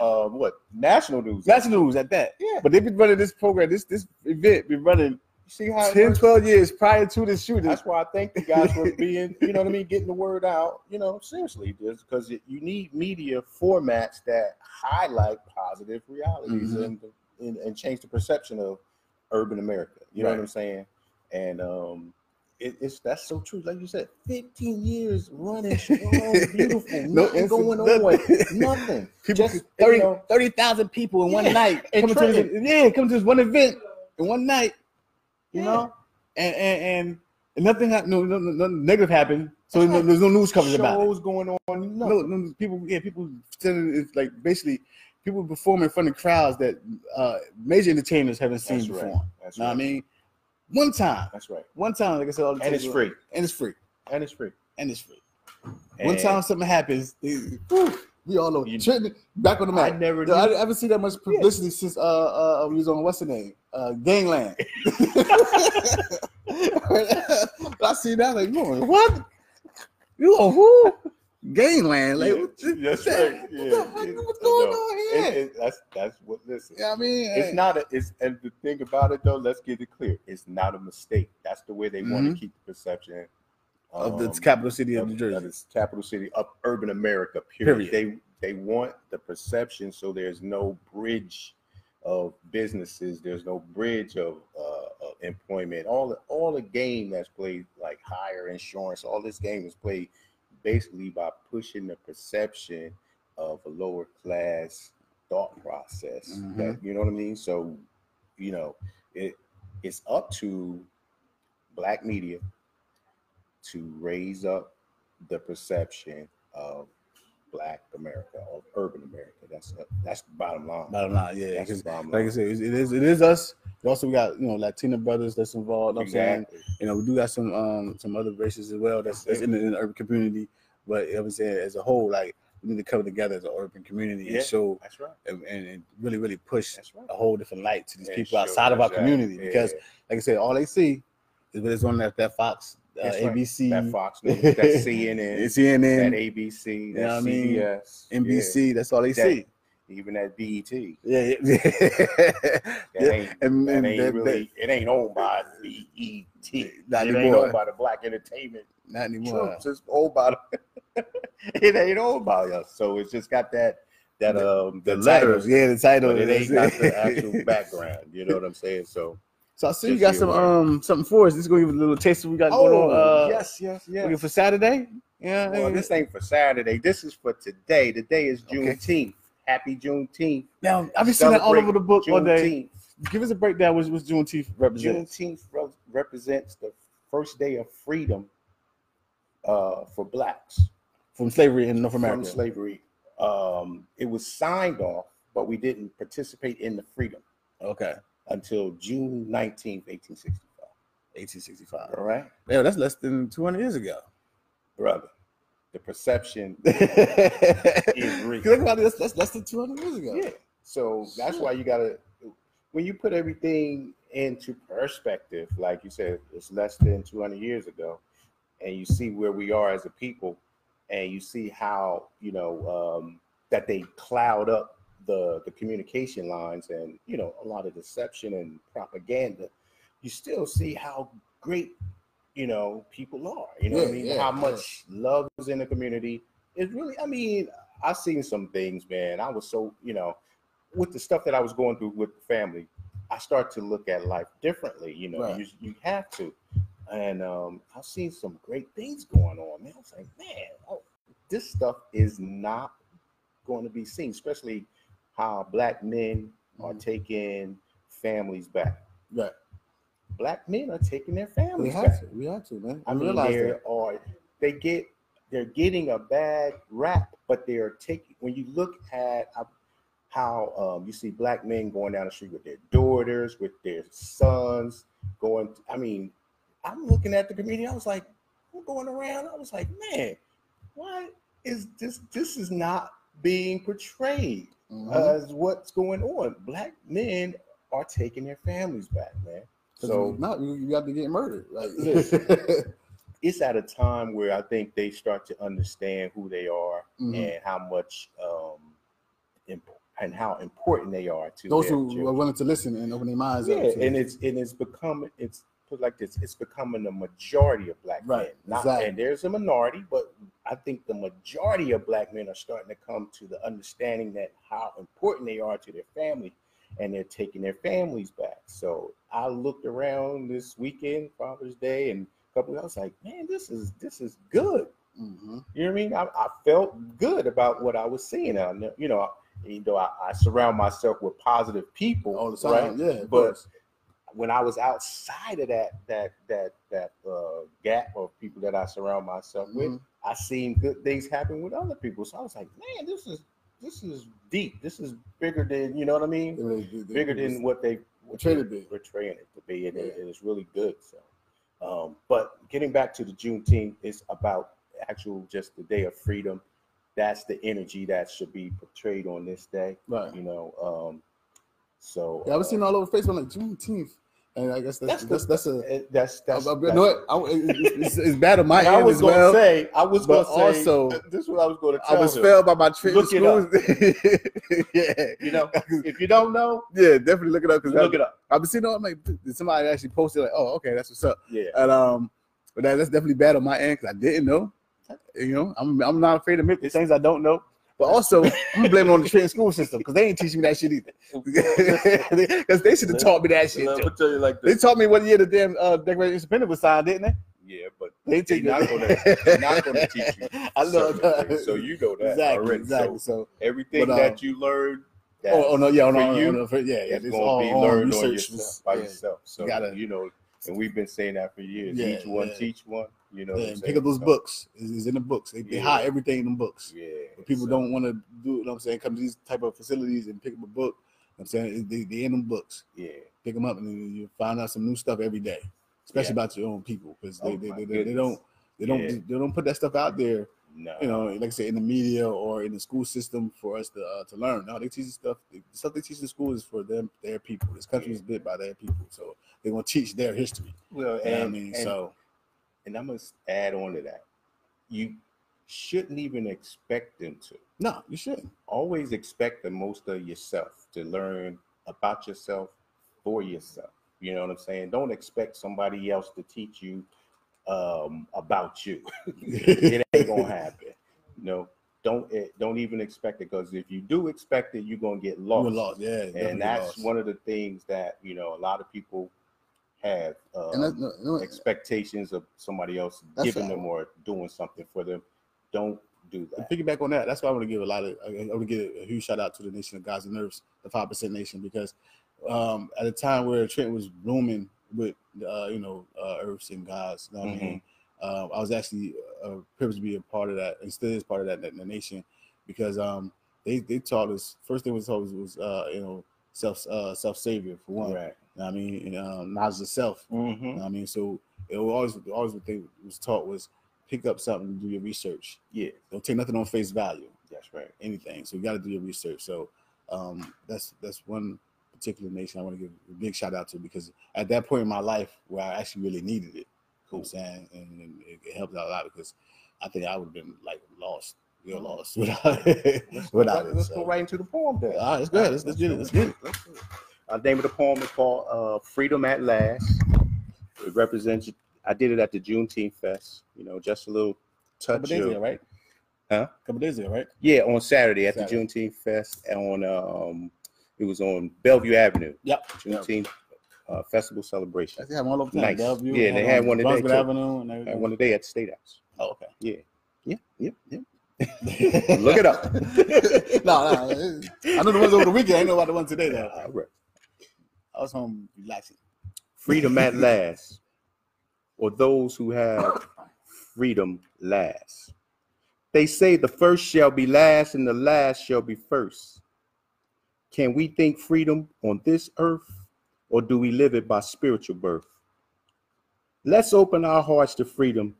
B: um, what national news?
A: That's news at that.
B: yeah.
A: But they've been running this program, this this event, been running
B: See how it
A: 10,
B: works?
A: 12 years prior to the shooting.
B: That's why I thank you guys for being, you know what I mean, getting the word out. You know, seriously, just because it, you need media formats that highlight positive realities
A: Mhm.
B: and, and and change the perception of urban America. You know
A: Right.
B: what I'm saying? And um, it, it's that's so true. Like you said, 15 years running strong, beautiful,
A: No
B: nothing going
A: incident,
B: on,
A: nothing.
B: nothing.
A: People,
B: Just, you
A: 30
B: know.
A: 30,000 people in
B: Yeah,
A: one night.
B: and
A: Coming to this,
B: trending.
A: yeah, coming to this one event in one night, you
B: Yeah.
A: know? And, and and nothing happened, no, no, no, nothing negative happened. So no, there's no news coverage about it.
B: Shows going on, nothing.
A: No, no, people, yeah, people, sending- it's like basically people perform in front of crowds that uh, major entertainers haven't seen
B: That's
A: before.
B: right.
A: Know
B: That's
A: what I
B: right.
A: mean? One time,
B: That's right.
A: one time, like I said, all the
B: And it's
A: time-
B: free.
A: and it's free,
B: And it's free.
A: and it's free. One
B: And-
A: time something happens, they, whew, we all know.
B: You-
A: Trenton back on the
B: I
A: map.
B: never
A: Yo, I,
B: knew-
A: I haven't seen that much publicity since uh, uh we was on what's the name uh Gangland. I see that like you on what you on who Gangland like
B: Yeah,
A: what, the-
B: that's
A: what the- what
B: right.
A: the
B: Yeah,
A: heck-
B: it-
A: what's
B: I
A: going
B: know.
A: on
B: It-
A: here?
B: it- that's that's what. Listen,
A: Yeah, I mean
B: it's not a. It's and the thing about it though. Let's get it clear. It's not a mistake. That's the way they want
A: Mhm.
B: to keep the perception
A: of
B: um,
A: the capital city of
B: of-
A: New
B: of
A: Jersey.
B: this capital city of urban America. Period.
A: Period.
B: They they want the perception so there's no bridge of businesses. There's no bridge of, uh, of employment. All the all the game that's played like higher insurance. All this game is played basically by pushing the perception of a lower class thought process.
A: Mhm.
B: That, you know what I mean? So you know it it's up to black media to raise up the perception of black America, of urban America. That's uh, that's the bottom line.
A: Bottom line, yeah,
B: that's the
A: 'cause
B: bottom
A: like I
B: line.
A: said, it it is it is us. But also, we got you know Latina brothers that's involved. know what I'm saying
B: Exactly.
A: you know, we do got some um some other races as well that's, that's in, the, in the urban community, but you know what I'm saying as a whole, like we need to come together as an urban community
B: Yeah.
A: and show
B: That's right.
A: and, and, and really really push
B: That's right.
A: a whole different light to Uh, these
B: Yeah,
A: people
B: sure.
A: outside of our
B: Exactly.
A: community because,
B: Yeah.
A: like I said, all they see is what is on that that Fox, uh,
B: That's right.
A: ABC,
B: that Fox News, that CNN, that
A: CNN,
B: ABC,
A: know what I
B: that
A: mean?
B: CBS,
A: NBC. That's all they
B: That-
A: see.
B: yeah, even that BET.
A: Yeah, yeah.
B: That
A: yeah.
B: ain't
A: And,
B: that
A: and
B: ain't
A: that- that-
B: really it ain't owned by BET.
A: Not
B: it ain't
A: anymore.
B: owned by the black entertainment
A: not anymore.
B: Trumps is old by the- it ain't old by us. So it's just got that that um the, letters,
A: titles, yeah, the title.
B: but it ain't got
A: that's
B: the actual background. You know what I'm saying? So
A: So I see you
B: Just
A: got
B: be
A: some
B: aware.
A: um something for us. This is gonna give a little taste of what we got going on. Uh,
B: oh, yes, yes,
A: looking
B: yes.
A: for Saturday. Yeah,
B: Well, this ain't for Saturday. This is for today. Today is
A: Okay.
B: Juneteenth. Happy Juneteenth.
A: now I've been seeing that all
B: Celebrate
A: over the book all day.
B: Juneteenth.
A: Give us a breakdown. What's what's Juneteenth represents?
B: Juneteenth re- represents the first day of freedom uh, for blacks.
A: from slavery in North America.
B: from slavery. Um, it was signed off, but we didn't participate in the freedom
A: Okay,
B: until June 19th, 1865.
A: 1865.
B: All right,
A: Yeah, that's less than 200 years ago.
B: brother. The perception. real.
A: Think about it. That's, that's less than 200 years ago.
B: yeah. So that's why you gotta when you put everything into perspective, like you said, it's less than 200 years ago, and you see where we are as a people, and you see how you know um, that they cloud up the the communication lines and you know a lot of deception and propaganda. You still see how great you know people are. You know what I
A: Yeah,
B: mean?
A: yeah,
B: how
A: yeah.
B: much love is in the community. It's really, I mean, I've seen some things, man. I was so you know with the stuff that I was going through with the family, I start to look at life differently. You know,
A: Right.
B: you, you have to. And um, I've seen some great things going on, man. I was like, man, oh, this stuff is not going to be seen, especially how black men are
A: Mhm.
B: taking families back.
A: Right.
B: Black men are taking their families
A: We
B: back.
A: have to. We have to, man.
B: I
A: We
B: mean,
A: realize
B: there
A: that.
B: are they get they're getting a bad rap, but they are taking. When you look at uh, how um, you see black men going down the street with their daughters, with their sons, going. I mean, I'm looking at the community. I was like, I'm going around. I was like, man, why is this? This is not being portrayed.
A: Mhm.
B: as what's going on. Black men are taking their families back, man.
A: 'Cause
B: So
A: if not you, you got to get murdered. Like,
B: it's at a time where I think they start to understand who they are
A: mhm.
B: and how much um imp- and how important they are to
A: Those
B: their
A: who are
B: children.
A: willing to listen and open their minds
B: yeah,
A: up. to
B: and
A: it.
B: it's and it's become it's put like this it's becoming a majority of black
A: Right,
B: men not
A: exactly.
B: and there's a minority but i think the majority of black men are starting to come to the understanding that how important they are to their family and they're taking their families back so i looked around this weekend father's day and a couple i was like man this is this is good
A: Mhm.
B: you know what I mean? I, I felt good about what I was seeing. I, kn- you know, I, you know, I, I surround myself with positive people
A: all the time.
B: right?
A: Yeah, of
B: But
A: course.
B: when I was outside of that that that that uh, gap of people that I surround myself with,
A: Mhm.
B: I seen good things happen with other people. So I was like, man, this is this is deep. This is bigger than you know what I mean.
A: They- they- they-
B: Bigger than what they what
A: Portrayed
B: they
A: it big.
B: portraying it to be, and it,
A: Yeah.
B: it's really good. So, um, but getting back to the Juneteenth, it's about actual just the day of freedom. That's the energy that should be portrayed on this day.
A: Right.
B: You know, um, so
A: Yeah, I was
B: uh,
A: seeing all over Facebook like Juneteenth, and I guess that's that's
B: That's
A: that's, a.
B: it- that's that's,
A: I- I- you
B: that's
A: know what? I, it's, it's- it's bad on my
B: And I
A: end
B: was
A: as
B: gonna
A: well.
B: say, I was
A: but
B: gonna say,
A: also,
B: this is what I was gonna
A: I
B: tell
A: was
B: him.
A: failed by my trip to
B: Look it up.
A: school. yeah,
B: You know, if you don't know,
A: yeah, definitely look it up
B: look
A: because
B: it up.
A: I've been seeing all like somebody actually posted like, oh, okay, that's what's up,
B: Yeah,
A: and um, but that, that's definitely bad on my end because I didn't know. You know, I'm I'm not afraid to admit the things I don't know. But also, I'm gonna blame it on the Trenton school system because they ain't teaching me that shit either. Because they should have taught me that shit.
B: Let
A: too.
B: me tell you like
A: They
B: this.
A: taught me what year the damn uh, Declaration of Independence was signed, didn't they?
B: Yeah, but
A: They
B: They
A: teach you-
B: not gonna- they not gonna teach you
A: I love
B: certain things.
A: that.
B: So you know that
A: exactly,
B: already.
A: exactly.
B: So
A: So,
B: everything
A: But, um,
B: that you learned, that
A: oh, oh no, yeah, oh,
B: for
A: no,
B: you,
A: oh, no, for, yeah, yeah,
B: it's
A: this
B: gonna
A: all
B: be
A: all
B: learned on
A: research
B: yourself
A: was-
B: by
A: yeah.
B: yourself. So
A: gotta-
B: you know, and we've been saying that for years.
A: Yeah,
B: Each one
A: yeah.
B: teach one. You know,
A: Yeah,
B: what I'm
A: and
B: saying?
A: pick up those
B: So,
A: books. It's, it's in the books. They, they
B: Yeah.
A: hide everything in them books.
B: Yeah,
A: But people
B: so-
A: don't want to do. You know what I'm saying? Come to these type of facilities and pick up a book. You know what I'm saying they they in them books.
B: Yeah.
A: Pick them up and then you find out some new stuff every day, especially about your own people because they,
B: Oh,
A: they,
B: my
A: they, they, they
B: goodness.
A: don't they don't
B: Yeah.
A: they don't put that stuff out there.
B: No.
A: you know, like I said, in the media or in the school system for us to uh, to learn. No, they teach us stuff. The stuff they teach in school is for them, their people. This country is built by their people, so they're gonna teach their history.
B: Well,
A: You know what I
B: and-
A: mean,
B: and
A: so
B: and I'm gonna s- add on to that. You shouldn't even expect them to.
A: no, you shouldn't.
B: Always expect the most of yourself to learn about yourself for yourself. You know what I'm saying? Don't expect somebody else to teach you um, about you. it ain't gonna happen. No, don't eh, don't even expect it because if you do expect it, you're gonna get
A: You
B: lost.
A: were lost, yeah, definitely
B: And that's
A: lost.
B: one of the things that you know a lot of people have. Um,
A: And that's, no, no,
B: expectations of somebody else
A: That's
B: giving
A: right.
B: them or doing something for them. Don't do
A: to
B: that.
A: piggyback on that, that's why I want to give a lot of, I want to give a huge shout out to the Nation of Gaza Nerves, the Five Percent Nation, because um, at a time where Trent was blooming with, uh, you know, uh, Earths and Gods, you know what I mean, uh, I was actually uh, privileged to be a part of that, and still is part of that, that the nation, because um, they they taught us first thing was taught was, was uh, you know self uh, self savior for one,
B: Right.
A: you Mm-hmm. know what I mean, and, um, knowledge of self,
B: Hmm?
A: you know what I mean, so it was always always what they was taught was pick up something, and do your research.
B: Yeah,
A: Don't take nothing on face value,
B: that's right.
A: anything. So you got to do your research. So um, that's that's one particular nation I want to give a big shout out to because at that point in my life where I actually really needed it, you know what
B: Cool.
A: I'm saying, and, and it, it helped out a lot because I think I would have been like lost, real lost without without
B: Hmm. Let's,
A: it.
B: let's
A: So.
B: go right into the poem then.
A: All right, let's go ahead. Let's, let's get it. Let's get it.
B: Let's do it. Uh, name of the poem is called uh, "Freedom at Last." It represents. I did it at the Juneteenth Fest. You know, just a little
A: Couple
B: touch
A: days
B: of
A: ago, right?
B: Huh?
A: Couple days ago, right?
B: Yeah, on Saturday at
A: Saturday.
B: the Juneteenth Fest on um, it was on Bellevue Avenue.
A: Yep.
B: Juneteenth uh, festival celebration.
A: They have one all over town.
B: Nice.
A: Bellevue,
B: Yeah, they had one today,
A: Brunswick
B: too.
A: Avenue, and
B: I
A: everything.
B: went today at the State House.
A: Oh, okay.
B: Yeah, yep, yep.
A: Look
B: it up.
A: no, no. it- I know the ones over the weekend. I know about the ones today though.
B: All right.
A: I was home relaxing.
B: Freedom at last, or those who have freedom last. They say the first shall be last and the last shall be first. Can we think freedom on this earth, or do we live it by spiritual birth? Let's open our hearts to freedom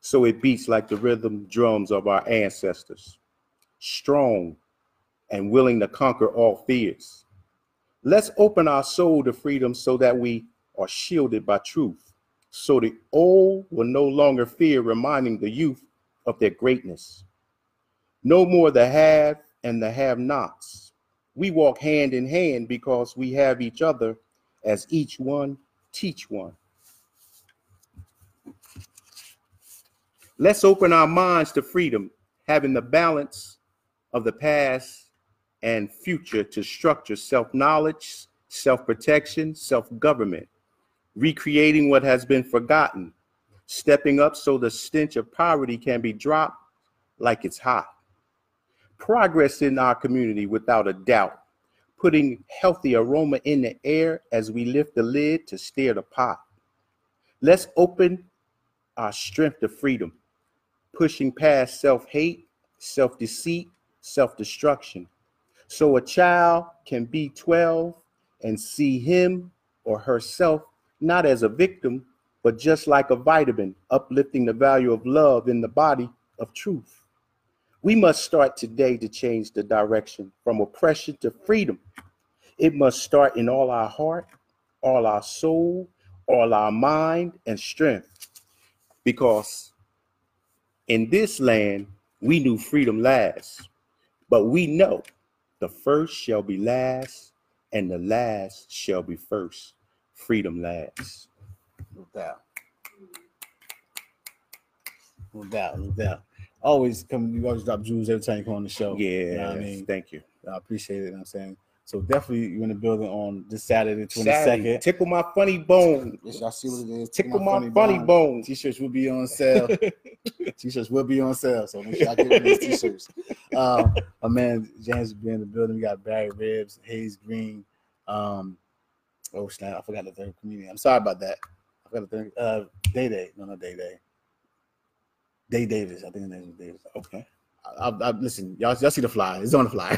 B: so it beats like the rhythm drums of our ancestors, strong and willing to conquer all fears. Let's open our soul to freedom so that we are shielded by truth, so the old will no longer fear reminding the youth of their greatness. No more the have and the have nots. We walk hand in hand because we have each other as each one teach one. Let's open our minds to freedom, having the balance of the past and future to structure self knowledge, self protection, self government, recreating what has been forgotten, stepping up so the stench of poverty can be dropped like it's hot. Progress in our community without a doubt, putting healthy aroma in the air as we lift the lid to stir the pot. Let's open our strength to freedom, pushing past self hate, self deceit, self destruction. So a child can be 12 and see him or herself not as a victim, but just like a vitamin, uplifting the value of love in the body of truth. We must start today to change the direction from oppression to freedom. It must start in all our heart, all our soul, all our mind and strength. Because in this land, we knew freedom lasts. But we know the first shall be last, and the last shall be first. Freedom lasts.
A: No doubt. No doubt. No doubt. Always come. You always drop jewels every time you come on the show. Oh,
B: Yeah,
A: You know what I mean,
B: thank you.
A: I appreciate it. You know what I'm saying. So definitely, you in the building on this Saturday,
B: Saturday,
A: 22nd.
B: tickle my funny bone.
A: Y'all see what it is.
B: Tickle my, funny bone.
A: T-shirts will be on sale. t-shirts will be on sale, so make sure I get one of these t-shirts. Um, my man James will be in the building. We got Barry Ribs, Hayes Green. Um, oh snap! I forgot the third comedian. I'm sorry about that. I forgot the third. Uh, Day Day. No, no, Day Day. Day Davis. I think his name is Davis.
B: Okay.
A: I, I, I, listen, y'all, y'all see the fly. It's on the fly.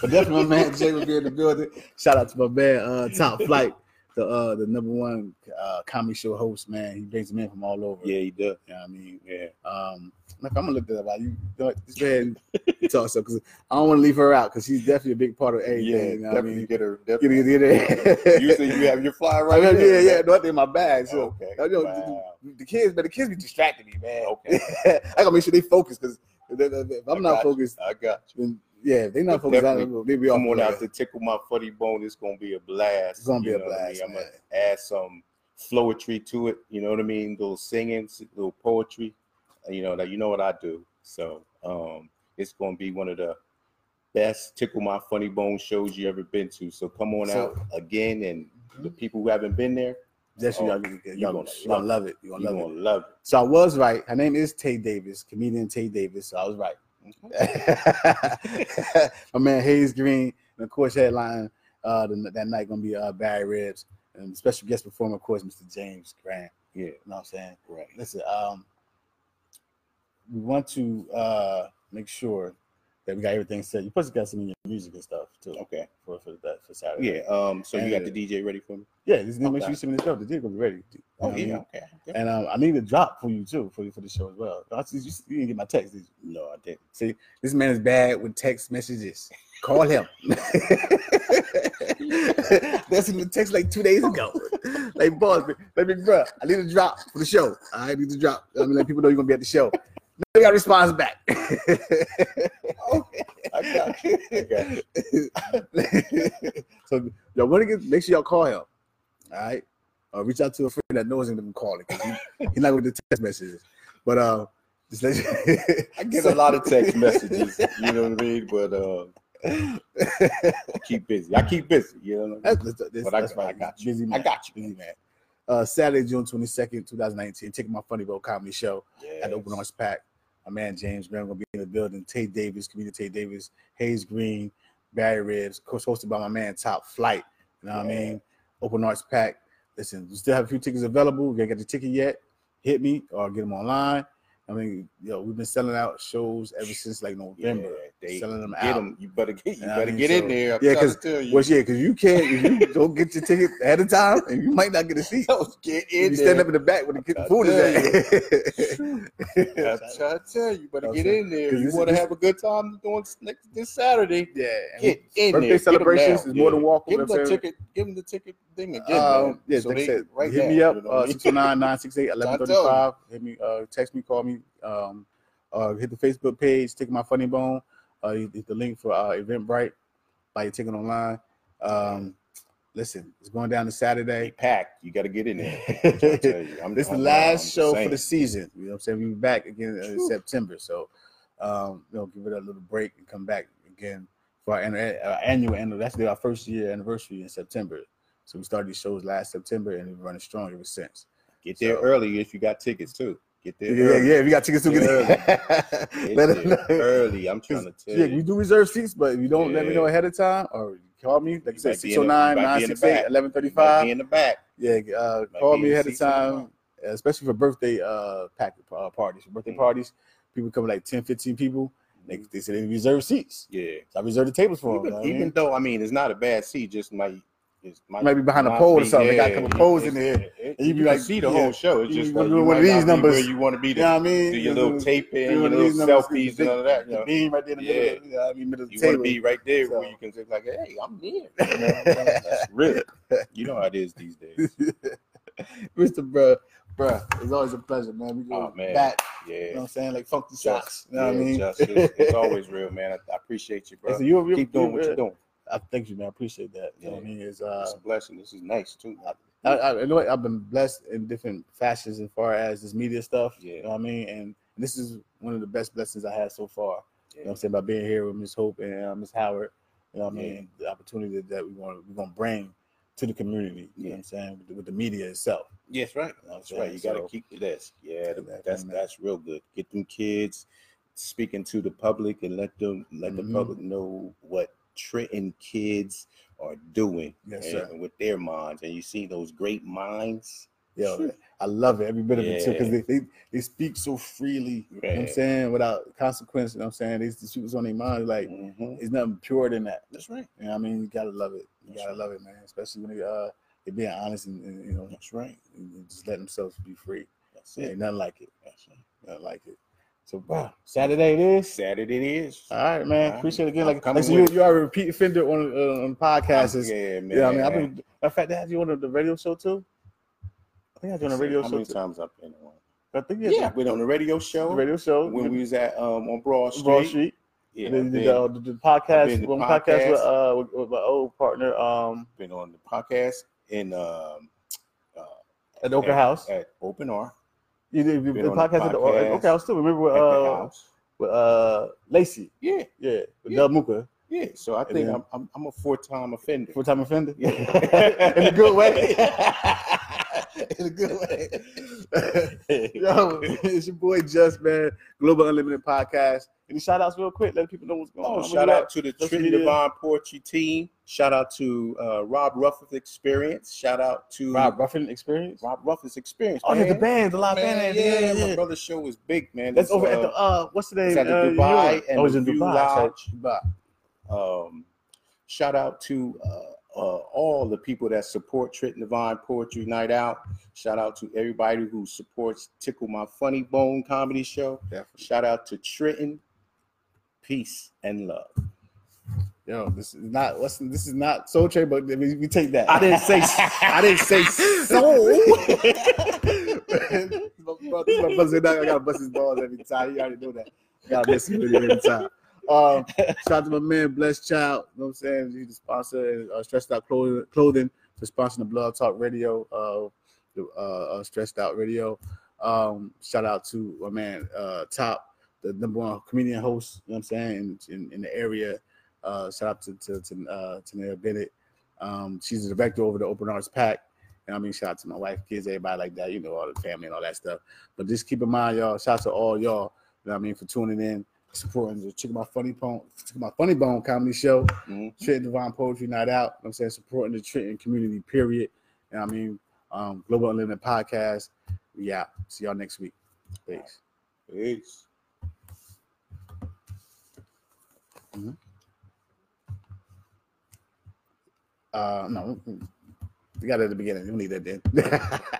A: but definitely, my man Jay will be in the building. Shout out to my man uh, Top Flight, the uh, the number one uh, comedy show host. Man, he brings men from all over.
B: Yeah, you do.
A: You know what I mean,
B: Yeah.
A: um, like, I'm gonna look that up. Like, you know, just go ahead and talk so because I don't want to leave her out because she's definitely a big part of everything.
B: yeah,
A: you know what I mean,
B: get her.
A: get it, get it.
B: Usually you have your fly
A: I
B: right
A: mean, yeah,
B: there.
A: yeah, no, I think my bag. So.
B: Okay.
A: I know,
B: Wow.
A: the, the kids, but the kids be distracting me, man.
B: Okay.
A: I gotta make sure they focus because if
B: I
A: I'm not
B: got you.
A: focused,
B: I got
A: then yeah, if they not
B: But
A: focused, I
B: definitely,
A: don't know. They be
B: you.
A: off
B: I'm going
A: the
B: out to tickle my funny bone. It's gonna be a blast.
A: It's gonna be
B: you
A: a
B: know what I
A: blast,
B: mean? I'm
A: man.
B: gonna add some flowetry to it. You know what I mean? Little singing, little poetry. uh, You know that you know what I do. So um, it's gonna be one of the best tickle my funny bone shows you ever been to. So come on
A: So- Mm-hmm.
B: out again, and the people who haven't been there,
A: That's
B: Oh,
A: y'all, y'all,
B: you
A: y'all
B: gonna
A: gonna love it. You
B: you're
A: gonna love
B: gonna
A: it.
B: love it.
A: So I was right. Her name is Tay Davis, comedian Tay Davis. So I was right. My man Hayes Green, and of course headline uh, the, that night gonna be uh, Barry Ribs, and special guest performer, of course, Mr. James Grant.
B: Yeah.
A: You know what I'm saying?
B: Right.
A: Listen, um, we want to uh, make sure that we got everything set. You plus got some in your music and stuff too
B: Okay.
A: for for that for Saturday.
B: Yeah. Um. So you got the
A: And-
B: DJ ready for me?
A: Yeah, just make
B: Okay. Oh,
A: sure you send me the show. The DJ gonna be ready. You know what I mean?
B: Okay.
A: And um, I need a drop for you too for you for the show as well. I just- you, you didn't get my text. Did you?
B: No, I didn't.
A: See, this man is bad with text messages. Call him. That's in the text like two days ago. like, boss, let me, bro. I need a drop for the show. I need a drop. I mean, let people know you're gonna be at the show. They got response back.
B: I got you. I got you.
A: so y'all want to get make sure y'all call him. All right. Or Uh, reach out to a friend that knows him to call it. 'cause He, he's not with the text messages. But uh just let you
B: I get a lot of text messages, you know what I mean? But uh, I keep busy. I keep busy, you know what I mean?
A: That's, that's, that's,
B: But I-
A: that's
B: I
A: why I
B: got
A: got you. Busy
B: I
A: man.
B: got you.
A: Busy man. Uh, Saturday, June 22nd, 2019, taking my Funny Bone Comedy Show
B: Yeah.
A: at the Open Arms Pack. My man James Graham gonna be in the building. Tay Davis, comedian Tay Davis, Hayes Green, Barry Ribs, of course hosted by my man Top Flight. You know what I
B: Yeah.
A: mean? Open Arts Pack. Listen, we still have a few tickets available. We gotta get the ticket yet. Hit me or get them online. I mean, yo, we've been selling out shows ever since like
B: Yeah.
A: November.
B: They
A: Selling them
B: get
A: out.
B: 'em. You better get. You
A: Yeah, I
B: better
A: think
B: get
A: so.
B: in there. I'm
A: Yeah,
B: trying to
A: 'cause-
B: tell you.
A: Well, yeah, because you can't. If you don't get your ticket ahead of time, and you might not get a seat.
B: get
A: If
B: in
A: you
B: there.
A: stand up in the back when the kid- food is
B: I'm
A: at.
B: trying to tell you, you better
A: I'm
B: get
A: saying,
B: in there.
A: 'cause
B: You
A: this-
B: want to
A: this-
B: have a good time doing this next this Saturday.
A: yeah, and
B: Get in there.
A: birthday
B: Get 'em
A: celebrations
B: down.
A: is more than welcome.
B: Give them
A: you know what
B: the
A: I'm
B: ticket. Give them the ticket thing again.
A: Uh,
B: man.
A: yes,
B: So
A: like I
B: they
A: said,
B: right
A: hit
B: there,
A: me up,
B: you know what I
A: uh,
B: mean?
A: 609-968-1135. Hit me, uh, text me, call me, um, uh, hit the Facebook page, Ticket My Funny Bone. Uh, you- the link for uh, Eventbrite, buy your ticket online. Um, listen, it's going down to
B: They
A: Saturday.
B: packed. You got to get in there. I'm trying to
A: this
B: tell you. I'm-
A: is the
B: I'm- uh, I'm
A: last
B: just
A: show for
B: saying.
A: the season. You know what I'm saying? We'll be back again in
B: Whew.
A: September. So, um, you know, give it a little break and come back again for our, annu- our annual annual. That's our first year anniversary in September. So we started these shows last September and we're running strong ever since.
B: Get there
A: So-
B: early if you got tickets too. Get there.
A: Yeah, yeah,
B: early.
A: yeah. We got tickets to get
B: Get
A: Let us
B: there
A: know.
B: early. I'm trying to tell
A: Yeah,
B: you.
A: we do reserve seats, but if you don't let me
B: Yeah.
A: know ahead of time or call me, like I
B: You
A: said,
B: might be
A: 609
B: in the- you might be in the
A: 968
B: You might be
A: 1135.
B: in the back.
A: Yeah, uh,
B: might
A: call
B: be
A: me
B: in
A: ahead of
B: seats in the
A: time, especially for birthday uh, pack, uh parties. For birthday
B: Mm.
A: parties, people come like 10, 15 people. They, they said they reserve seats.
B: Yeah.
A: So I reserved the tables for them. you
B: even,
A: know what I
B: even
A: mean?
B: though I mean it's not a bad seat, just might it's might,
A: You might be behind a
B: might
A: pole or
B: be-
A: something. They got a
B: yeah,
A: couple
B: it-
A: poles in
B: it's-
A: there.
B: it-
A: And you
B: you
A: be
B: can
A: like,
B: see the
A: yeah,
B: whole show. It's
A: you
B: just
A: gonna
B: like,
A: do
B: you
A: one of
B: might
A: these
B: not be
A: numbers.
B: Where you want to be
A: You
B: to
A: know what I mean?
B: do your
A: You
B: little
A: know,
B: taping,
A: you
B: your
A: know,
B: little
A: these numbers,
B: selfies
A: the
B: and all of that.
A: big-
B: You, know?
A: The beam right there in the
B: Yeah.
A: middle. You know, I mean, middle of the
B: you want
A: table.
B: to be right there
A: So-
B: where you can say like, "Hey, I'm near." You know what I'm saying? That's real. You know how it is these days.
A: Mr. Bruh, bruh, it's always a pleasure, man. We go
B: Oh, man.
A: back, you know what
B: Yeah,
A: I'm saying? Like funky
B: Just-
A: shots. You know
B: yeah,
A: what I mean?
B: Just, it's, it's always real, man. I, I appreciate you, bro.
A: So you- you-
B: Keep doing
A: you-
B: what you're doing.
A: I thank you, man. I appreciate that. You know what I
B: Yeah.
A: mean? It's, uh,
B: It's a blessing. This is nice too. man.
A: I, I, you know what? I've been blessed in different fashions as far as this media stuff. You
B: Yeah.
A: know what I mean? And this is one of the best blessings I had so far. You know
B: Yeah.
A: what I'm saying? By being here with Miss Hope and uh, Miss Howard. You know what I
B: Yeah.
A: mean? The opportunity that- that we want we're gonna bring to the community. You know
B: Yeah.
A: what I'm saying? With the, with the media itself.
B: Yes, right.
A: You know what I'm
B: That's right.
A: saying?
B: You got to
A: So-
B: keep this. Yeah,
A: Exactly,
B: that's
A: man.
B: that's real good. Get them kids speaking to the public and let them let
A: Mhm.
B: the public know what Trenton kids are doing
A: Yes,
B: and-
A: sir.
B: and with their minds. And you see those great minds.
A: Yo,
B: Phew.
A: I love it every bit of it too because
B: Yeah.
A: they, they they speak so freely. You know what I'm
B: Yeah.
A: saying without consequence. You know what I'm saying they just was on their mind. Like
B: Mhm.
A: it's nothing pure than that.
B: That's right.
A: You know what I mean you gotta love it. You
B: That's
A: gotta
B: right.
A: love it, man. Especially when they uh they being honest and, and, you know
B: That's right.
A: and- and just letting themselves be free.
B: That's
A: Ain't
B: it.
A: nothing like it.
B: That's right.
A: Nothing like it. So wow, Saturday it is.
B: Saturday it is.
A: All right, man.
B: All right.
A: Appreciate it again.
B: I'm
A: Like,
B: coming
A: like so you,
B: with it.
A: you are a repeat offender on uh, on podcasts. It's-
B: yeah, man.
A: Yeah, I mean, I've been. In fact, they had you on the- the radio show too. I think I had you on the radio
B: How
A: show.
B: many
A: Too.
B: times I've been on?
A: I think you had
B: Yeah, I've been on the radio
A: the
B: show
A: radio show
B: when we was at um on Broad Street.
A: Broad Street.
B: Yeah,
A: and then
B: I've
A: you did
B: been-
A: the, uh, the, the
B: I've
A: podcast,
B: been to
A: one podcast with
B: podcasts.
A: uh with, with my old partner um
B: been on the podcast in um uh,
A: at the Oka
B: at-
A: House.
B: at Open R.
A: you did the,
B: been
A: the
B: on the
A: podcast at the at
B: podcast
A: Oka House too. Remember with
B: at the
A: uh
B: house.
A: with uh Lacey,
B: Yeah,
A: yeah, with
B: Yeah.
A: Dub Muka,
B: yeah. So I
A: And
B: think
A: then-
B: I'm, I'm I'm a four time offender.
A: full time offender,
B: Yeah.
A: in a good way.
B: in a good way.
A: Yo, it's your boy Just Man, Global Unlimited Podcast. Any shout outs real quick? Let people know what's going
B: Oh,
A: on.
B: shout out to the
A: Social
B: Trinity
A: media.
B: Divine Poetry team. Shout out to uh, Rob Ruffins Experience. Shout out to
A: Rob Ruffin Experience.
B: Rob Ruffins Experience.
A: Oh yeah, the
B: man.
A: bands, a lot of
B: Man,
A: bands.
B: yeah,
A: Yeah, yeah.
B: my brother's show is big, man.
A: That's
B: It's,
A: over at
B: uh,
A: the uh, what's the name?
B: it's at the
A: uh,
B: Dubai
A: Europe.
B: and
A: oh,
B: the
A: it's in
B: View
A: Dubai.
B: Lodge.
A: It's at Dubai.
B: um, shout out to uh, uh, all the people that support Trenton Divine Poetry Night Out. Shout out to everybody who supports Tickle My Funny Bone Comedy Show.
A: Definitely.
B: Shout out to Trenton. Peace and love.
A: Yo, this is not what's this is not Soul Train, but we, we take that.
B: I didn't say-
A: I didn't say soul. my brother, my brother said, "Nah, I gotta bust his balls every time. You already know that. Gotta bust his video every time. Um, shout out to my man, Blessed Child. You know what I'm saying? He's the sponsor of uh, Stressed Out Clothing, clothing for sponsoring the Blood Talk Radio, uh, the, uh, uh, Stressed Out Radio. Um, shout out to my man, uh, Top, the number one comedian host, you know what I'm saying, in, in, in the area. Uh, shout out to, to, to uh, Tanea Bennett. Um, she's the director over the Open Arts Pack. And I mean, shout out to my wife, kids, everybody like that, you know, all the family and all that stuff. But just keep in mind, y'all, shout out to all y'all, you know what I mean, for tuning in, supporting the Chicken My Funny Bone, Chicken My Funny Bone comedy show,
B: Mhm.
A: Trenton Divine Poetry Night Out, you know what I'm saying, supporting the Trenton community, period. And I mean, um, Global Unlimited Podcast. We out. See y'all next week. Peace.
B: Peace.
A: Mhm. Uh, no, we got it at the beginning. We don't need that then.